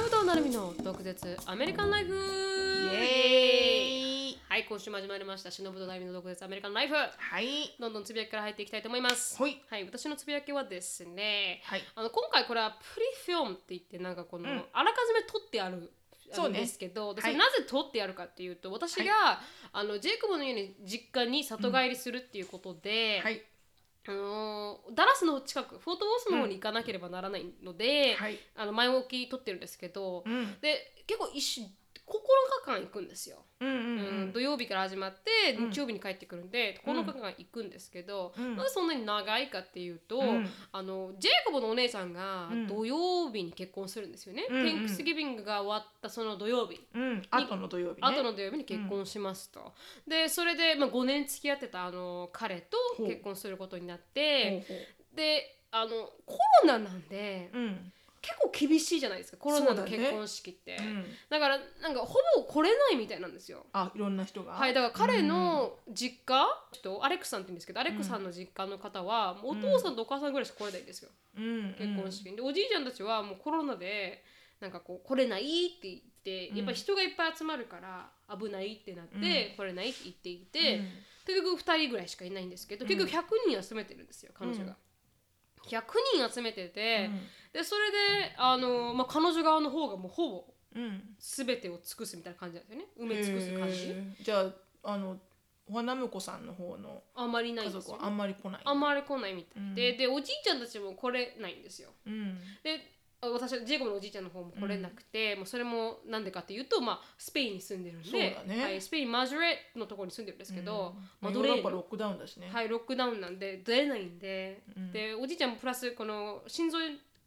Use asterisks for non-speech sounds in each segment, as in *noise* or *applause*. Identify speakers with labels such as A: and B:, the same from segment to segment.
A: の毒舌アメリカンライフイ
B: イ
A: エーイ
B: エーイ
A: はい今週も始まりました忍ぶとナイビの毒舌アメリカンライフ
B: はい
A: どんどんつぶやきから入っていきたいと思います
B: ほい
A: はい私のつぶやきはですね
B: はい
A: あの今回これはプリフィルムって言ってなんかこの、
B: うん
A: あらかじめ撮ってある
B: そうね
A: あるんですけど、で
B: はい
A: それなぜ撮ってあるかっていうと私が、あのジェイクボの家に実家に里帰りするっていうことで、
B: はい
A: あのーダラスの近くフォートウォースの方に行かなければならないので、
B: はい
A: あの前置き撮ってるんですけど、
B: うん
A: で結構一週9日間行くんですよ、
B: うんう
A: うん
B: んうん
A: 土曜日から始まって
B: うん
A: 日曜日に帰ってくるんで、
B: うん
A: 9日間行くんですけど、
B: うん
A: なんでそんなに長いかっていうと、
B: うん
A: あのジェイコブのお姉さんが
B: うん
A: 土曜日に結婚するんですよね。
B: うんうん
A: テンクスギビングが終わったその土曜日
B: うん後の土曜日ね
A: 後の土曜日に結婚しますと、でそれで、まあ、5年付き合ってたあの彼と
B: ほう
A: 結婚することになって
B: ほうほ
A: であのコロナなんで
B: ううん
A: 結構厳しいじゃないですかコロナ
B: そう
A: の
B: だね
A: 結婚式ってだ,、
B: うん
A: からなんかほぼ来れないみたいなんですよ
B: あいろんな人が
A: はいだから彼の実家、人アレックさんって言うんですけどアレックさんの実家の方は、もうお父さんとお母さんぐらいしか来れないんですよ、
B: 結
A: 結婚式にでおじいちゃんたちはもうコロナでなんかこう来れないって言って、
B: うん
A: やっぱ人がいっぱい集まるから危ないってなって、
B: うん
A: 来れないって言っていて、結局2人ぐらいしかいないんですけど
B: うん
A: 結局100人集めてるんですよ彼女が。
B: うん
A: 100人集めてて、でそれであの、まあ、彼女側の方がもうほぼ
B: うん
A: 全てを尽くすみたいな感じなんですよね埋
B: 埋
A: め尽くす感じ
B: じゃああのお花婿さんの方の
A: あんまりない
B: 家
A: んです
B: 族
A: よ
B: はあんまり来ない
A: あんまり来ないみたい、
B: うん
A: ででおじいちゃんたちも来れないんですよ
B: うん
A: であ私はジェイコブのおじいちゃんの方も来れなくて、もうそれもなんでかっていうと、まあ、スペインに住んでるんで
B: そうだね
A: はい、スペインマジュレのところに住んでるんですけど、
B: うん
A: マドレ
B: ヨーロッ
A: ー
B: パロ
A: ヌ
B: ックダウンだしね
A: はい、ロックダウンなんで出れないんで、
B: うん
A: でおじいちゃんもプラスこの心臓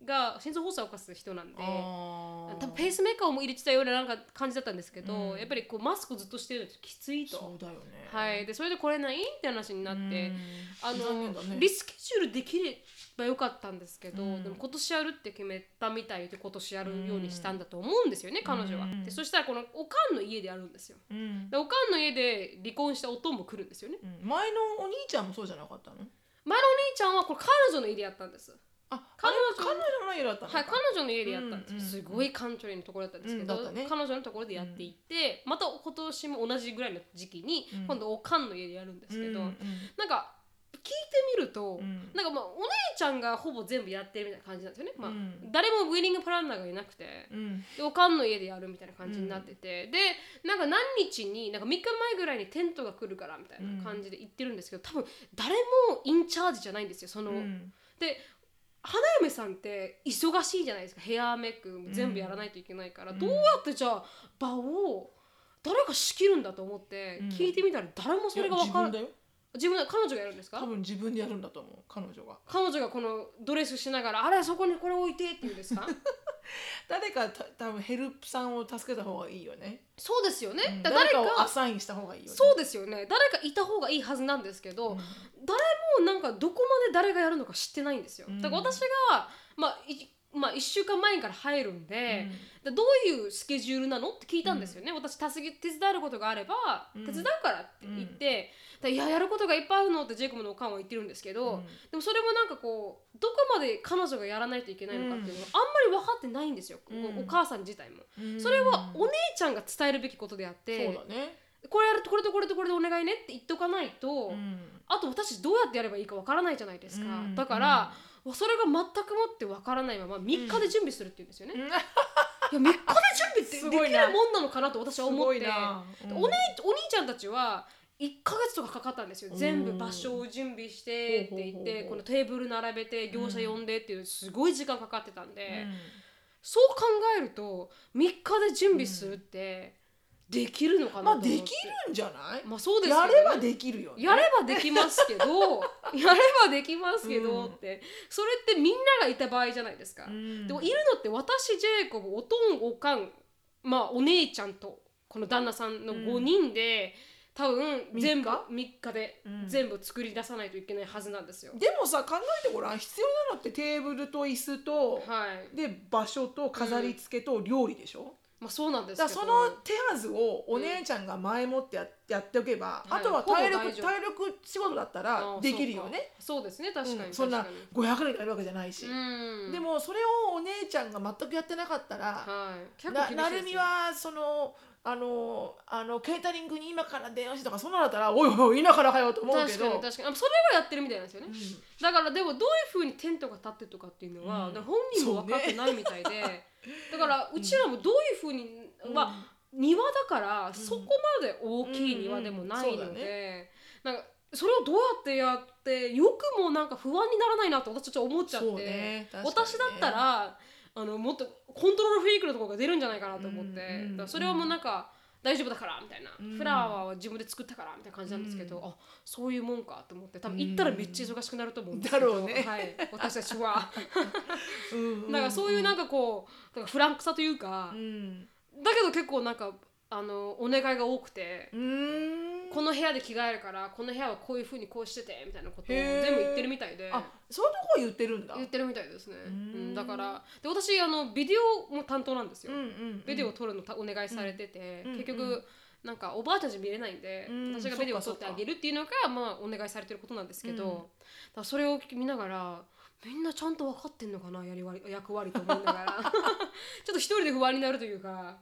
A: が心臓発作を犯す人なんで
B: あー
A: 多分ペースメーカーも入れてたようななんか感じだったんですけど、
B: うん
A: やっぱりこうマスクをずっとしてるのってきついと、
B: そうだよね
A: はい、でそれで来れないって話になって、
B: うん
A: あ
B: 残
A: の
B: 念だね
A: リスケジュールできればよかったんですけど、
B: うん
A: でも今年やるって決めたみたいで今年やるようにしたんだと思うんですよね、
B: ん
A: 彼女は。
B: うん
A: でそしたらこのおかんの家でやるんですよ。
B: うん
A: でおかんの家で離婚したおとんも来るんですよね。
B: うん前のお兄ちゃんもそうじゃなかったの
A: 前のお兄ちゃんはこれ彼女の家でやったんです。
B: あ
A: 彼
B: 彼
A: 女
B: 女彼女の家だったのか
A: はい、彼女の家でやったんですよ、
B: うんうん
A: すごい感情のところだったんですけ
B: う
A: ど、
B: んだったね
A: 彼女のところでやっていて、また今年も同じぐらいの時期に、
B: うん
A: 今度おかんの家でやるんですけど、
B: うん
A: なんか聞いてみると、
B: うん
A: なんかまあお姉ちゃんがほぼ全部やってるみたいな感じなんですよね、まあ
B: うん
A: 誰もウィニングプランナーがいなくて
B: うん
A: でおかんの家でやるみたいな感じになってて、でなんか何日になんか3日前ぐらいにテントが来るからみたいな感じで言ってるんですけど多分誰もインチャージじゃないんですよその、
B: うん
A: で花嫁さんって忙しいじゃないですかヘアメイクも全部やらないといけないから、
B: うん
A: どうやってじゃあ場を誰が仕切るんだと思って
B: うん
A: 聞いてみたら誰もそれが分からない
B: いや自分だよ
A: 自分で彼女がやるんですか
B: 多分自分でやるんだと思う彼女が
A: 彼女がこのドレスしながら「あれそこにこれ置いて」って言うんですか
B: 誰かた多分ヘルプさんを助けた方がいいよね
A: *laughs* そうですよね、
B: うん
A: だ
B: 誰
A: 誰か
B: かをアサインした方がいいよね
A: そうですよね誰かいた方がいいはずなんですけど、
B: うん
A: 誰もなんかどこまで誰がやるのか知ってないんですよ、だから
B: うん
A: 私が、まあ、いまあ1週間前から入るん
B: う
A: で、
B: ん
A: でどういうスケジュールなのって聞いたんですよね、私たすぎ手伝えることがあれば
B: うん
A: 手伝うからって言って、でいややることがいっぱいあるのってジェイコブのおかんは言ってるんですけど、
B: うん
A: でもそれもなんかこうどこまで彼女がやらないといけないのかっていうのがあんまり分かってないんですよ、
B: うん
A: おお母さん自体も。
B: うん
A: それはお姉ちゃんが伝えるべきことであっ
B: そう
A: て
B: だね
A: これやるとこれとこれとこれでお願いねって言っとかないと、
B: うん
A: あと私どうやってやればいいかわからないじゃないですか、
B: うん
A: だから、それが全くもってわからないまま3日で準備するって言うんですよね、いや3日で準
B: す
A: 備
B: ご
A: ってで
B: い
A: きる
B: な
A: もんなのかなと *laughs* 私
B: す
A: は思っ
B: ご
A: て
B: いなうん
A: お姉お兄ちゃんたちは1ヶ月とかかかったんですよ
B: うん
A: 全部場所を準備してって言って
B: ほうほうほうほう
A: このテーブル並べて業者呼んでっていうすごい時間かかってたんで、
B: うん
A: そう考えると3日で準備するってできるのかなと
B: まあ
A: 思って、
B: できるんじゃない
A: まあそうですけど
B: や
A: ね
B: ればできるよね
A: やればできますけ
B: *laughs*
A: どやればできますけどって、それってみんながいた場合じゃないですか、
B: うん
A: でもいるのって私ジェイコブおとんおかんまあお姉ちゃんとこの旦那さんの5人で、多分全部3日で
B: うん
A: 全部作り出さないといけないはずなんですよ、
B: でもさ考えてごらん必要なのってテーブルと椅子と、
A: はい
B: で場所と飾り付けと料理でしょ、
A: まあそうなんです
B: だから
A: けど
B: その手はずをお姉ちゃんが前もってや,、やっておけば、
A: はい
B: あとは体
A: ほぼ
B: 力
A: 大丈夫
B: 体力仕事だったら
A: あ
B: できるよね
A: そうかそうですね確かに、
B: うんそんな
A: 確かに
B: 500人がいるわけじゃないし、
A: うん
B: でもそれをお姉ちゃんが全くやってなかったら、
A: はい結構
B: な
A: 厳しいですよ
B: なるみはそのあのあのケータリングに今から電話してとかそんなのだったらおいおい今からかよと思うけ
A: 確か
B: ど
A: に確かにあそれはやってるみたいなんですよね、
B: うん
A: だからでもどういうふうにテントが立ってとかっていうのは、
B: うん
A: だから本人も分かってないみたいで、だからうちらもどういうふうに、まあ庭だからそこまで大きい庭でもない
B: うんう
A: の
B: んそうだ
A: で、なんかそれをどうやってやってよくもなんか不安にならないなと私ちょっと思っちゃって、
B: そうね確かにね
A: 私だったらあのもっとコントロールフリークのところが出るんじゃないかなと思って、
B: うんうんうん
A: だからそれはもうなんか大丈夫だからみたいな、
B: うん
A: フラワーは自分で作ったからみたいな感じなんですけど、
B: うん
A: あそういうもんかと思って多分行ったらめっちゃ忙しくなると思うんですけ
B: だ
A: ど、
B: ろうね
A: はい、私たち
B: *laughs*
A: は
B: うんうん
A: だからそういうなんかこうなんかフランクさという
B: う
A: か、
B: ん
A: だけど結構なんかあのお願いが多くて
B: う。ーん
A: この部屋で着替えるからこの部屋はこういうふうにこうしててみたいなことを
B: へー
A: 全部言ってるみたいで
B: あそういうとこ言ってるんだ
A: 言ってるみたいですね、
B: ーん
A: うんだからで私あのビデオも担当なんですよ、
B: うんうんうん
A: ビデオを撮るのたお願いされてて、
B: うん
A: 結
B: うんう
A: 局なんかおばあちゃんじゃ見れないんで、
B: うん
A: 私がビデオを撮ってあげるっていうのがまあお願いされてることなんですけど、
B: う
A: だ
B: ん
A: からそれを見ながらみんなちゃんと分かってんのかなやり割役割と思いながら *laughs* ちょっと一人で不安になるというか、まあ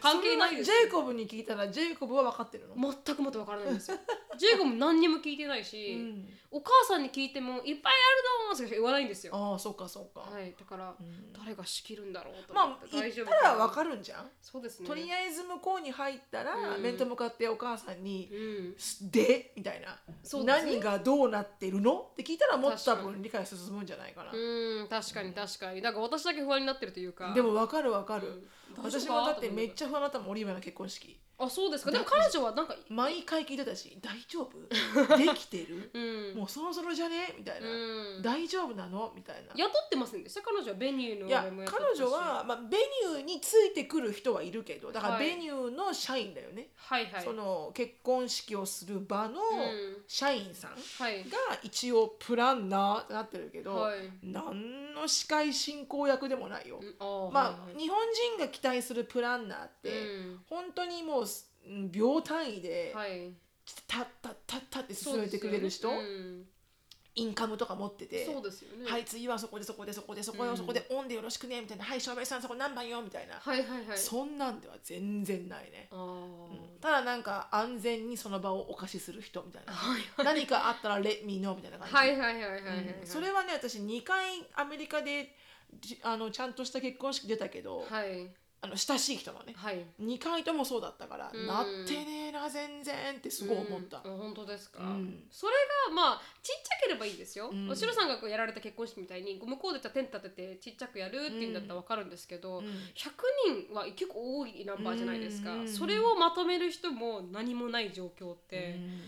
A: 関係ないです
B: それはジェイコブに聞いたらジェイコブは分かってるの、
A: 全くもっと分からないんですよ
B: *laughs*
A: ジェイコも何にも聞いてないし、
B: うん
A: お母さんに聞いてもいっぱいあるのしか言わないんですよ
B: ああそうかそうか、
A: はいだから、
B: うん
A: 誰が仕切るんだろうと思
B: ま
A: っ
B: あ
A: て、
B: 行
A: 大丈
B: っ
A: 夫
B: たら
A: わ
B: 分かるんじゃん、
A: そうですね
B: とりあえず向こうに入ったら、
A: うん
B: 面と向かってお母さんに
A: うん
B: 「で?」みたいな、
A: そうですね
B: 何がどうなってるのって聞いたらもっと多分理解進むんじゃないかな
A: うん確かに確かになんか私だけ不安になってるというか
B: でも分かる分か
A: う
B: る、
A: ん
B: 私もだってめっ
A: ゃ
B: ちゃ不安だったもんオリーバの結婚式
A: あそうですかでも彼女はなんか
B: 毎回聞いてたし「大丈夫できてる
A: うん
B: もうそろそろじゃね?」みたいな、
A: うん
B: 大丈夫なの?」みたいな。
A: 雇ってませんでした彼女はベニューの
B: いや
A: あれもってたし
B: 彼女は、まあ、ベニューについてくる人はいるけどだから
A: はい
B: ベニューの社員だよね、
A: はいはい
B: その結婚式をする場の
A: うん
B: 社員さんが
A: はい
B: 一応プランナーってなってるけど、
A: はい
B: 何の司会進行役でもないよ
A: う、んあ
B: まあ、
A: はいはい
B: 日本人が期待するプランナーって、
A: うん
B: 本当にもううん秒単位で、
A: はい
B: たったったったって進めてくれる人、
A: そうですよね
B: インカムとか持って
A: う
B: て
A: んそうですよね
B: はい次はそこでそこでそこでそこ
A: う
B: で
A: ん
B: そこでオンでよろしくねみたいな、はい照明さんそこ何番よみたいな、
A: はいはいはい
B: そんなんでは全然ないね、
A: あー
B: うんただなんか安全にその場をお貸しする人みたいな
A: はい
B: 何かあったら「レミノ」みたいな感じ、
A: はいはいはいはいはいはい
B: うんそれはね私2回アメリカでじあのちゃんとした結婚式出たけど、
A: はい
B: あの親しい人のね
A: はい
B: 2回ともそうだったから、
A: うん
B: なってねえな全然ってすごい思った、
A: うんあ本当ですか、
B: うん
A: それがまあちっちゃければいいですよ、
B: うん
A: おしろさんがこうやられた結婚式みたいにこう向こうでテント立ててちっちゃくやるっていうんだったらわかるんですけど、
B: うん
A: 100人は結構多いナンバーじゃないですか、
B: うん
A: それをまとめる人も何もない状況って、
B: うん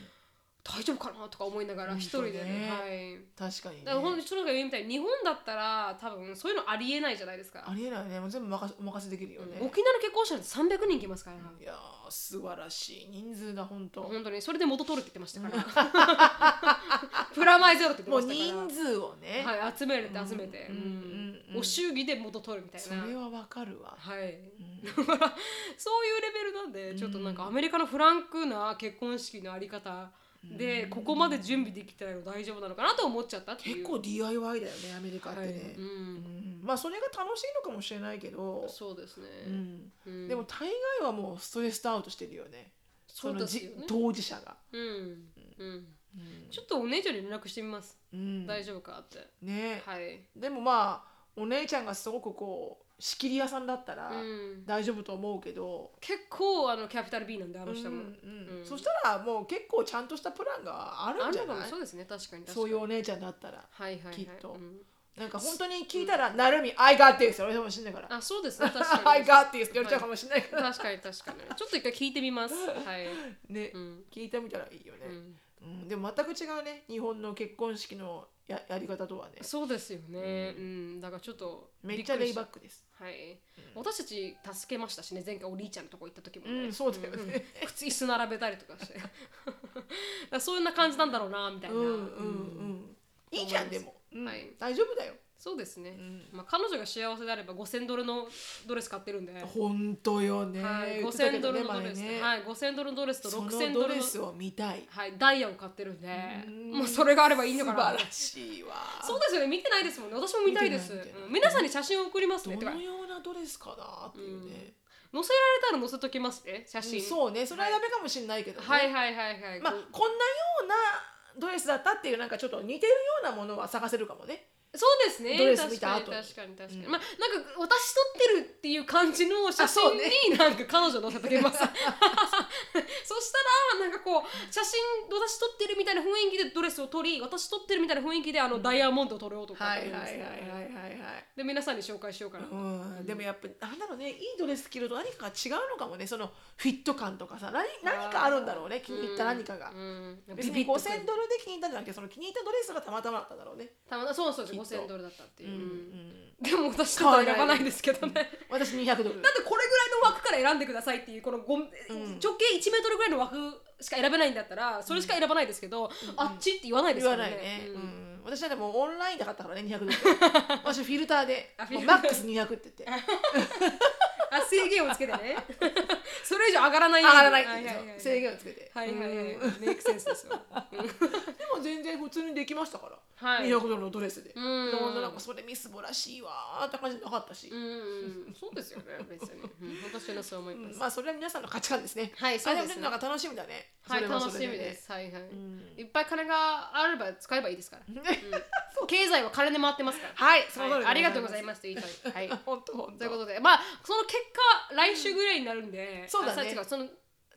A: 大丈夫かなとか思いながら
B: 本当
A: 一人でね
B: ね
A: はい
B: 確かに、ね、
A: だから本当にしろさんが言うみたいに日本だったら多分そういうのありえないじゃないですか、
B: ありえないねもう全部任せお任せできるよね、
A: 沖縄の結婚式なんて300人来ますから、
B: いやー素晴らしい人数だ本当。
A: 本当にそれで元取るって言ってましたから
B: *laughs*
A: プラマイゼロって
B: も
A: 言っ
B: う
A: てましたから
B: 人数をね、
A: はい、集めるって集めて、
B: うんうんうん
A: お祝儀で元取るみたい
B: そ
A: な
B: れはわかるわ。
A: はい、
B: うん
A: だからそういうレベルなんで、ちょっとなんかアメリカのフランクな結婚式のあり方 *laughs* で、ここまで準備できたら大丈夫なのかなと思っちゃったっていう
B: 結構 DIY だよねアメリカってね、
A: はいうん
B: うんまあそれが楽しいのかもしれないけど、
A: そうですね、
B: うん
A: うん
B: でも大概はもうストレスアウトしてるよね
A: そう
B: の
A: です
B: じ
A: よね
B: 当事者が、
A: うん、うん、
B: うん
A: ちょっとお姉ちゃんに連絡してみます、
B: うん
A: 大丈夫かって
B: ね、
A: はい、
B: でもまあお姉ちゃんがすごくこう仕切り屋さんだったら
A: うん、
B: 大丈夫と思うけど、
A: 結構あのキャピタル B なんであ
B: う
A: の
B: ん
A: 人も、
B: うん
A: うん
B: そしたらもう結構ちゃんとしたプランがある
A: あ
B: ん
A: る
B: じ
A: の
B: ゃ
A: か
B: ない
A: もそうですね確かに確かに
B: そういうお姉ちゃんだったら
A: はいはいはい
B: きっと
A: うん
B: なんか本当に聞いたら「なるみ I got this」言われてもしんないから
A: あそうですね確
B: 「
A: か
B: *laughs* I
A: に
B: got this」って言われちゃうかもしんないから
A: 確かに確かにちょっと一回聞いてみますはい、
B: ね
A: うん
B: 聞いてみたらいいよ
A: う
B: ね
A: ん、
B: うんでも全く違うね日本の結婚式のややり方とはね
A: そうですよねうん、だからちょっと
B: めっちゃレイバッ
A: ク
B: クです
A: はい、私たち助けましたしね前回おりーちゃんのとこ行った時も、ね
B: うんそうだよね
A: うん靴椅子並べたりとかして *laughs* だからそういうな感じなんだろうなみた
B: *laughs* う
A: い
B: ん
A: な、
B: うんうんいいじゃんでもうん
A: はい
B: 大丈夫だよ
A: そうですね、
B: ん
A: まあ、彼女が幸せであれば5000ドルのドレス買ってるんで、はい、
B: 本当よね、
A: 5000ドルのドレス、
B: 言ってたけどね前ね
A: はい、5000ドルのドレスと
B: そ
A: 6000
B: の
A: ド
B: ド
A: ル
B: レ
A: の
B: スを見たい
A: はい、ダイヤを買ってるんで
B: うん
A: もうそれがあればいいのかな
B: 素晴らしいわ
A: そうですよね見てないですもんね私も見たいです
B: 見てない見てない
A: うん皆さんに写真を送りますね
B: ど
A: てか
B: の
A: 載
B: ようなドレスかなっていうね、
A: せられたら載せときますね写真、
B: うんそうねそれはダメかもしれないけどね、
A: はいはいはいはい、
B: まあ
A: こ
B: こんなようなドレスだったっていうなんかちょっと似てるようなものは探せるかもね
A: うそうですね
B: ドレス見た
A: 確
B: 後
A: かに
B: に
A: 確かに確かに、
B: うん
A: まあなんか私撮ってるっていう感じの写
B: あそう
A: 真
B: ね
A: になんか彼女載せときますそしたらなんかこう写真私撮ってるみたいな雰囲気でドレスを撮り私撮ってるみたいな雰囲気であの、ダイヤモンドを撮ろうとか
B: はいはいはい
A: 思
B: は
A: ん
B: い
A: ですけど
B: はいはい
A: で皆さんに紹介しようかな、
B: うん、でもやっぱなんだろうねいいドレス着ると何かが違うのかもねそのフィット感とかさ何何かあるんだろうね気に入った何かが、
A: うんうん
B: 別に
A: ビビッ
B: 5000
A: と
B: ド
A: く
B: ル
A: る
B: で気に入ったんじゃなくてその気に入ったドレスがたまたまだったんだろうね、
A: たまたそうそうそう
B: きっと
A: 5000ドルだったって
B: う
A: い
B: ん
A: う、
B: う
A: うん
B: ん、
A: でも私ちょっと選ばないですけどねだって
B: 私200
A: これぐ
B: ドル
A: らいの枠から選んでくださいっていうこのご、
B: ん
A: 直径1メートルぐらいの枠しか選べないんだったらそれしか選ばないですけど、あっちって言わないです
B: 言
A: か
B: わ
A: ら
B: な
A: ね
B: いね、う
A: うんん
B: 私はでもオンラインで買ったからね200ドル
A: *laughs*
B: 私フィルターで
A: あフィ
B: もう
A: ルタ
B: マ
A: ー
B: ックス200って言って
A: あ制限をつけてね *laughs* それ以上上がらない
B: 上
A: ように
B: がらないって
A: は
B: 言うん
A: は
B: で
A: は
B: すよ制限をつけて
A: はいはいはい、
B: うんで
A: メイクセンスですよ、
B: も全然普通にできましたから、
A: はい
B: 200ドルのドレスで、
A: うん
B: どんななんかそれみすぼらしいわーって感じなかったし、
A: うんそうですよね別に、うん、私はそう思います、
B: うんまあそれは皆さんの価値観ですね
A: はいそうですね
B: あもなんか楽しみだね
A: はい、
B: それはそ
A: 楽し
B: れ
A: みです。はいはい、
B: ん
A: いっぱい金があれば使えばいいですから。
B: ね
A: 経済は金で回ってますから。
B: はいその通
A: は
B: り
A: い、
B: で
A: ありがとうございますと言いたい。はい。
B: *laughs* 本当本
A: というこ
B: 当
A: とで、まあその結果来週ぐらいになるんで、
B: そうだね
A: あ違うその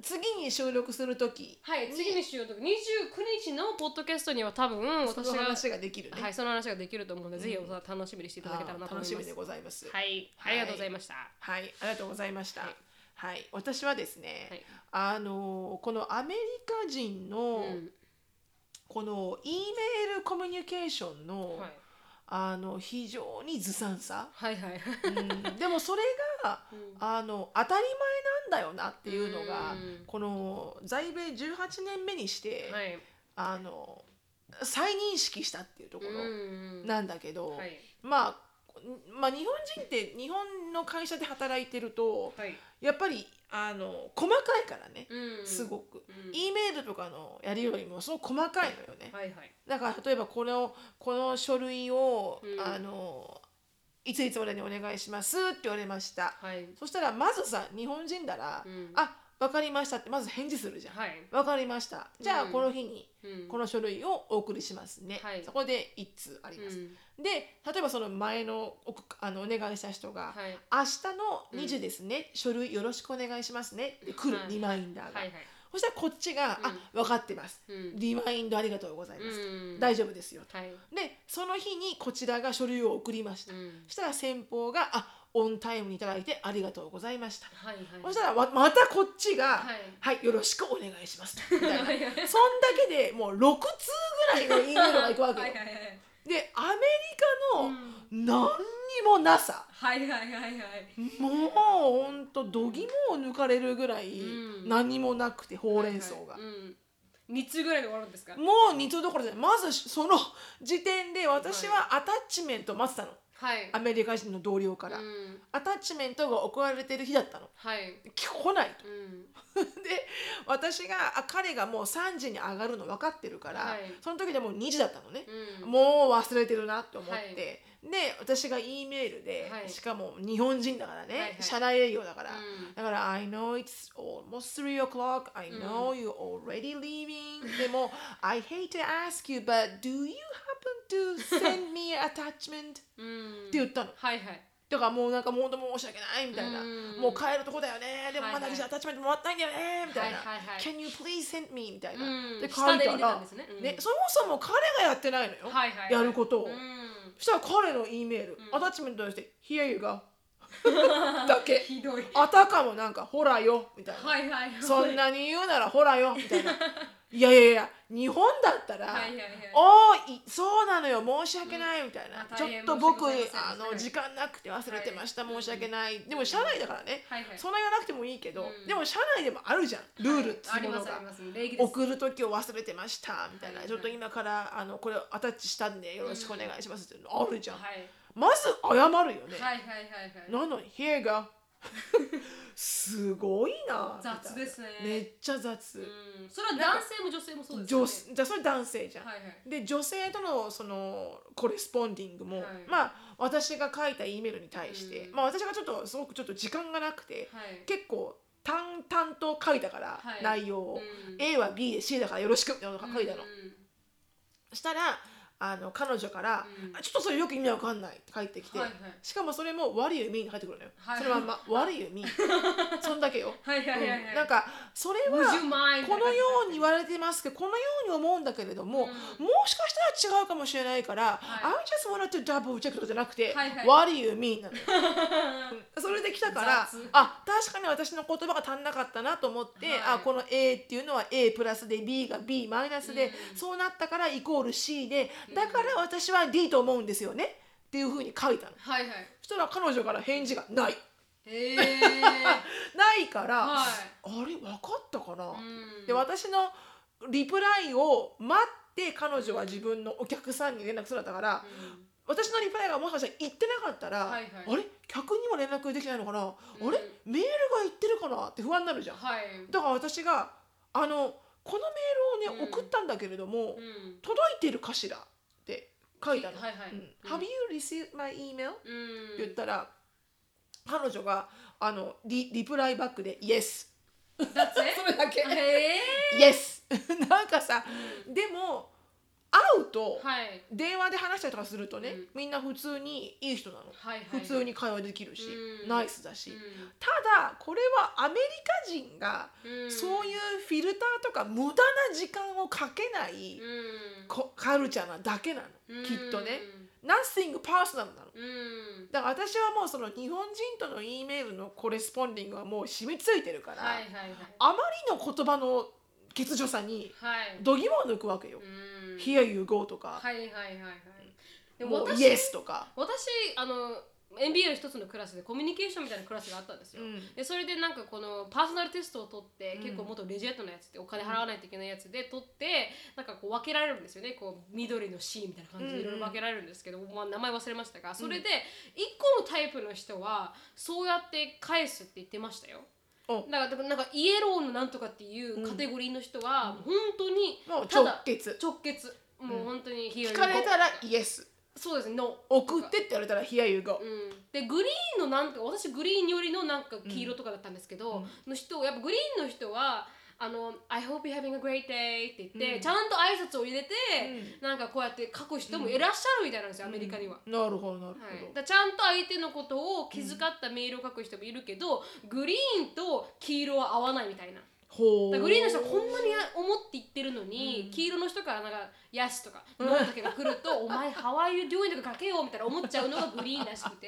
B: 次に収録する時
A: はい次にしようと二十九日のポッドキャストには多分
B: そ
A: 私
B: の
A: が
B: 話ができるね、
A: はいその話ができると思うので、ぜひお楽しみにしていただけたらなと思いま
B: 楽
A: す。
B: しみでございますはい、
A: はい、ありがとうございました。
B: ありがとうございました
A: は
B: はいい、私はですね、
A: はい。
B: あのこのアメリカ人
A: う
B: の
A: ん
B: この E メールコミュニケーションの、
A: はい
B: あの非常にずさんさ、
A: はいはい。
B: うん、でもそれが
A: うん
B: あの当たり前なんだよなっていうのが、
A: うん
B: この在米18年目にして、
A: はい。
B: あの再認識したっていうところ
A: ん
B: なんだけど、
A: はい
B: まあまあ、日本人って日本の会社で働いてると
A: はい。
B: やっぱりあの細かいからね
A: うん
B: すごく。
A: うん
B: E メールとかのやりよりもすごく細かいのよね。
A: はいはい。
B: だから例えばこのこの書類を、
A: うん
B: あのいついつまでにお願いしますって言われました。
A: はい。
B: そしたらまずさ日本人なら、
A: うん
B: あわかりましたってまず返事するじゃん。
A: はい。
B: わかりました。じゃあ
A: うん
B: この日に
A: うん
B: この書類をお送りしますね。
A: はい
B: そこで一通あります。で例えばその前のおあのお願いした人
A: は
B: が、
A: いはい
B: 明日の2時ですね、書類よろしくお願いしますねって来る、
A: はい
B: リマインダーが、
A: はい。
B: そしたらこっちが、
A: うん
B: あ分かってます
A: うん
B: リマインドありがとうございます、
A: うん
B: 大丈夫ですよ
A: はい。
B: でその日にこちらが書類を送りました、
A: うん
B: そしたら先方が「あオンタイムにいただいてありがとうございました」
A: はいはい。
B: そしたらわまたこっちが
A: はい
B: 「はい、よろしくお願いし
A: *laughs*
B: ます」みたいな
A: はいはい
B: そんだけでもう6通ぐらいの E メールがいくわけよ。
A: はいはいはい
B: でアメリカの何にもなさ、
A: はいはいはいはい。
B: もうほんと度肝を抜かれるぐらい
A: うん
B: 何もなくてほうれん草が。
A: はいはい。うん二通ぐらいで終わるんですか。
B: もう二度どころじゃないまずその時点で私はアタッチメントを待ってたの、
A: はい。
B: アメリカ人の同僚から、
A: うん
B: アタッチメントが送られてる日だったの
A: はい。
B: 来ないと *laughs*
A: うん
B: で私があ彼がもう3時に上がるの分かってるから、
A: はい
B: その時でもう2時だったのね、
A: うん
B: もう忘れてるなって思って、
A: はい
B: で私が E メールで、
A: はい
B: しかも日本人だからね、
A: はいはい
B: 社内営業だから、
A: うん
B: だから「I know it's almost 3 o'clock I know you're already leaving、でも「I hate to ask you but do you happen to send
A: *laughs*
B: me an attachment?」
A: うん
B: って言ったの
A: はいはい。
B: だからもうなんかもう本当申し訳ないみたいな、
A: うん
B: もう帰るとこだよねでもま
A: は
B: だ
A: いはい
B: 私アタッチメントもらったいんだよねみたいな、
A: はいはいはい
B: Can you please send me? みたいな、
A: うん
B: で書い
A: 下で
B: た
A: 入れた
B: ら
A: んですねうん
B: そもそも彼がやってないのよ、
A: はいはいはい。
B: やることを、
A: うん
B: そしたら彼の E メール、アタッチメントにして「Here
A: *laughs*
B: you go」だけ
A: ひどい。
B: あたかもなんか「ほらよ」みたいな、
A: はいはいはい。 *laughs*
B: そんなに言うならほらよみたいないやいやいや日本だったら、
A: はいはいはい
B: おーいそうなのよ申し訳ないみたいな、
A: うんあ
B: ちょ
A: 大
B: っ
A: 変
B: と僕あ
A: 申し訳ございませんは
B: の
A: い
B: 時間なくて忘れてました、
A: はい
B: 申し訳ないでも社内だからね、
A: はいはい
B: そんな言わなくてもいいけど、
A: うん
B: でも社内でもあるじゃんルールって
A: あ
B: い
A: り
B: うも
A: ま
B: の
A: す
B: が、
A: あります礼儀です
B: 送る時を忘れてましたみたいな、
A: はいはい
B: ちょっと今からあのこれをアタッチしたんでよろしくお願いしますっていうのあるじゃん、
A: はい
B: まず謝るよ
A: はい
B: ね、
A: はいはいはい
B: なのに Here you go すごいなみたいな
A: 雑ですね
B: めっちゃ雑、
A: うんそれは男性も女性もそうですよ
B: 女
A: ね
B: じゃあそれ男性じゃん、
A: はいはい
B: で女性とのそのコレスポンディングも、
A: はい
B: まあ私が書いた E メールに対して、
A: うん
B: まあ私がちょっとすごくちょっと時間がなくて、
A: はい
B: 結構淡々と書いたから、
A: はい
B: 内容を、
A: うん
B: A は B で C だからよろしくみたいなのを書いたの、
A: うん
B: そしたらあの彼女から、
A: うん
B: あちょっとそれよく意味わかんない」って返ってきて、
A: はいはい
B: しかもそれも「悪い意味」に返ってくるのよ、
A: はい
B: そのま
A: *laughs*
B: んま「悪い意味」そんだけよ、
A: はいはいはいは
B: う
A: い
B: んなんかそれは
A: Would you mind？
B: このように言われてますけどこのように思うんだけれど
A: う
B: も、
A: ん
B: もしかしたら違うかもしれないから「
A: はい
B: I just wanted to double check」とかじゃなくて「
A: はいはい
B: What do you mean?」なのよ
A: *laughs*
B: うんそれで来たから
A: 雑
B: あ確かに私の言葉が足んなかったなと思って、
A: はい
B: あこの A っていうのは A プラスで B が B マイナスで、
A: うん
B: そうなったからイコール C でだから私は D と思うんですよねっていうふうに書いたの。
A: はいはい
B: そしたら彼女から返事がない。
A: へえ
B: ないから、
A: はい
B: あれ分かったかな、
A: うん
B: で私のリプライを待って彼女は自分のお客さんに連絡するんだったから、
A: うん
B: 私のリプライがもしかしたら行ってなかったら、
A: はいはい
B: あれ客にも連絡できないのかな、
A: うん
B: あれメールが行ってるかなって不安になるじゃん。
A: はい
B: だから私があのこのメールをね、
A: うん
B: 送ったんだけれども、
A: うん
B: 届いてるかしらって書いたの。
A: はいはい
B: うん
A: うん
B: Have you received my email?
A: うん
B: 言ったら、彼女があのリリプライバックで「Yes」
A: だって
B: それだけ
A: へえ
B: 「Yes」なん *laughs* かさでも会うと、
A: はい
B: 電話で話したりとかするとね、
A: うん
B: みんな普通にいい人なの、
A: はいはい
B: 普通に会話できるし、
A: うん
B: ナイスだし、
A: うん
B: ただこれはアメリカ人が
A: うん
B: そういうフィルターとか無駄な時間をかけない、
A: うん
B: こカルチャーなだけなの、
A: うん
B: きっとね。Nothing personal なの。
A: うん
B: だから私はもうその日本人との E メールのコレスポンディングはもう染みついてるから、
A: はいはいはい
B: あまりの言葉の欠如さに
A: はい
B: 度肝を抜くわけよ。
A: うん
B: Here you go とか、
A: はいはいはいはいでも
B: もう
A: 私
B: Yes とか。
A: 私あの MBA の一つのクラスでコミュニケーションみたいなクラスがあったんですよ、
B: うん
A: でそれでなんかこのパーソナルテストを取って、
B: うん
A: 結構元レジェンドのやつってお金払わないといけないやつで取ってなんかこう分けられるんですよねこう緑の C みたいな感じ
B: うんうん
A: でいろいろ分けられるんですけど、まあ、名前忘れましたがそれで1個のタイプの人はそうやって返すって言ってましたよ。
B: お
A: だからなんかイエローのなんとかっていうカテゴリーの人は本当に
B: もう
A: た
B: 直
A: だ
B: 結。
A: 直結もう本当に
B: 聞かれたら Yes。
A: そうですね No
B: 送ってって言われたら Here you go
A: う。ん、でグリーンのなんか私グリーンよりのなんか黄色とかだったんですけど、の人やっぱグリーンの人はあの「I hope you're having a great day」って言って、
B: うん
A: ちゃんと挨拶を入れて、なんかこうやって書く人もいらっしゃるみたいなんですよ、アメリカには。
B: なるほどなる
A: はい、だ
B: ほ
A: か
B: ど。
A: らちゃんと相手のことを気遣ったメールを書く人もいるけど、グリーンと黄色は合わないみたいな。
B: ほ
A: だ
B: う
A: からグリーンの人はこんなに思って言ってるのに、
B: うん
A: 黄色の人からなんか「ヤス」とか「ノー」だけが来ると「お *laughs* 前ハワイ you doing」とか書けよみたいな思っちゃうのがグリーンらしく
B: *laughs*
A: て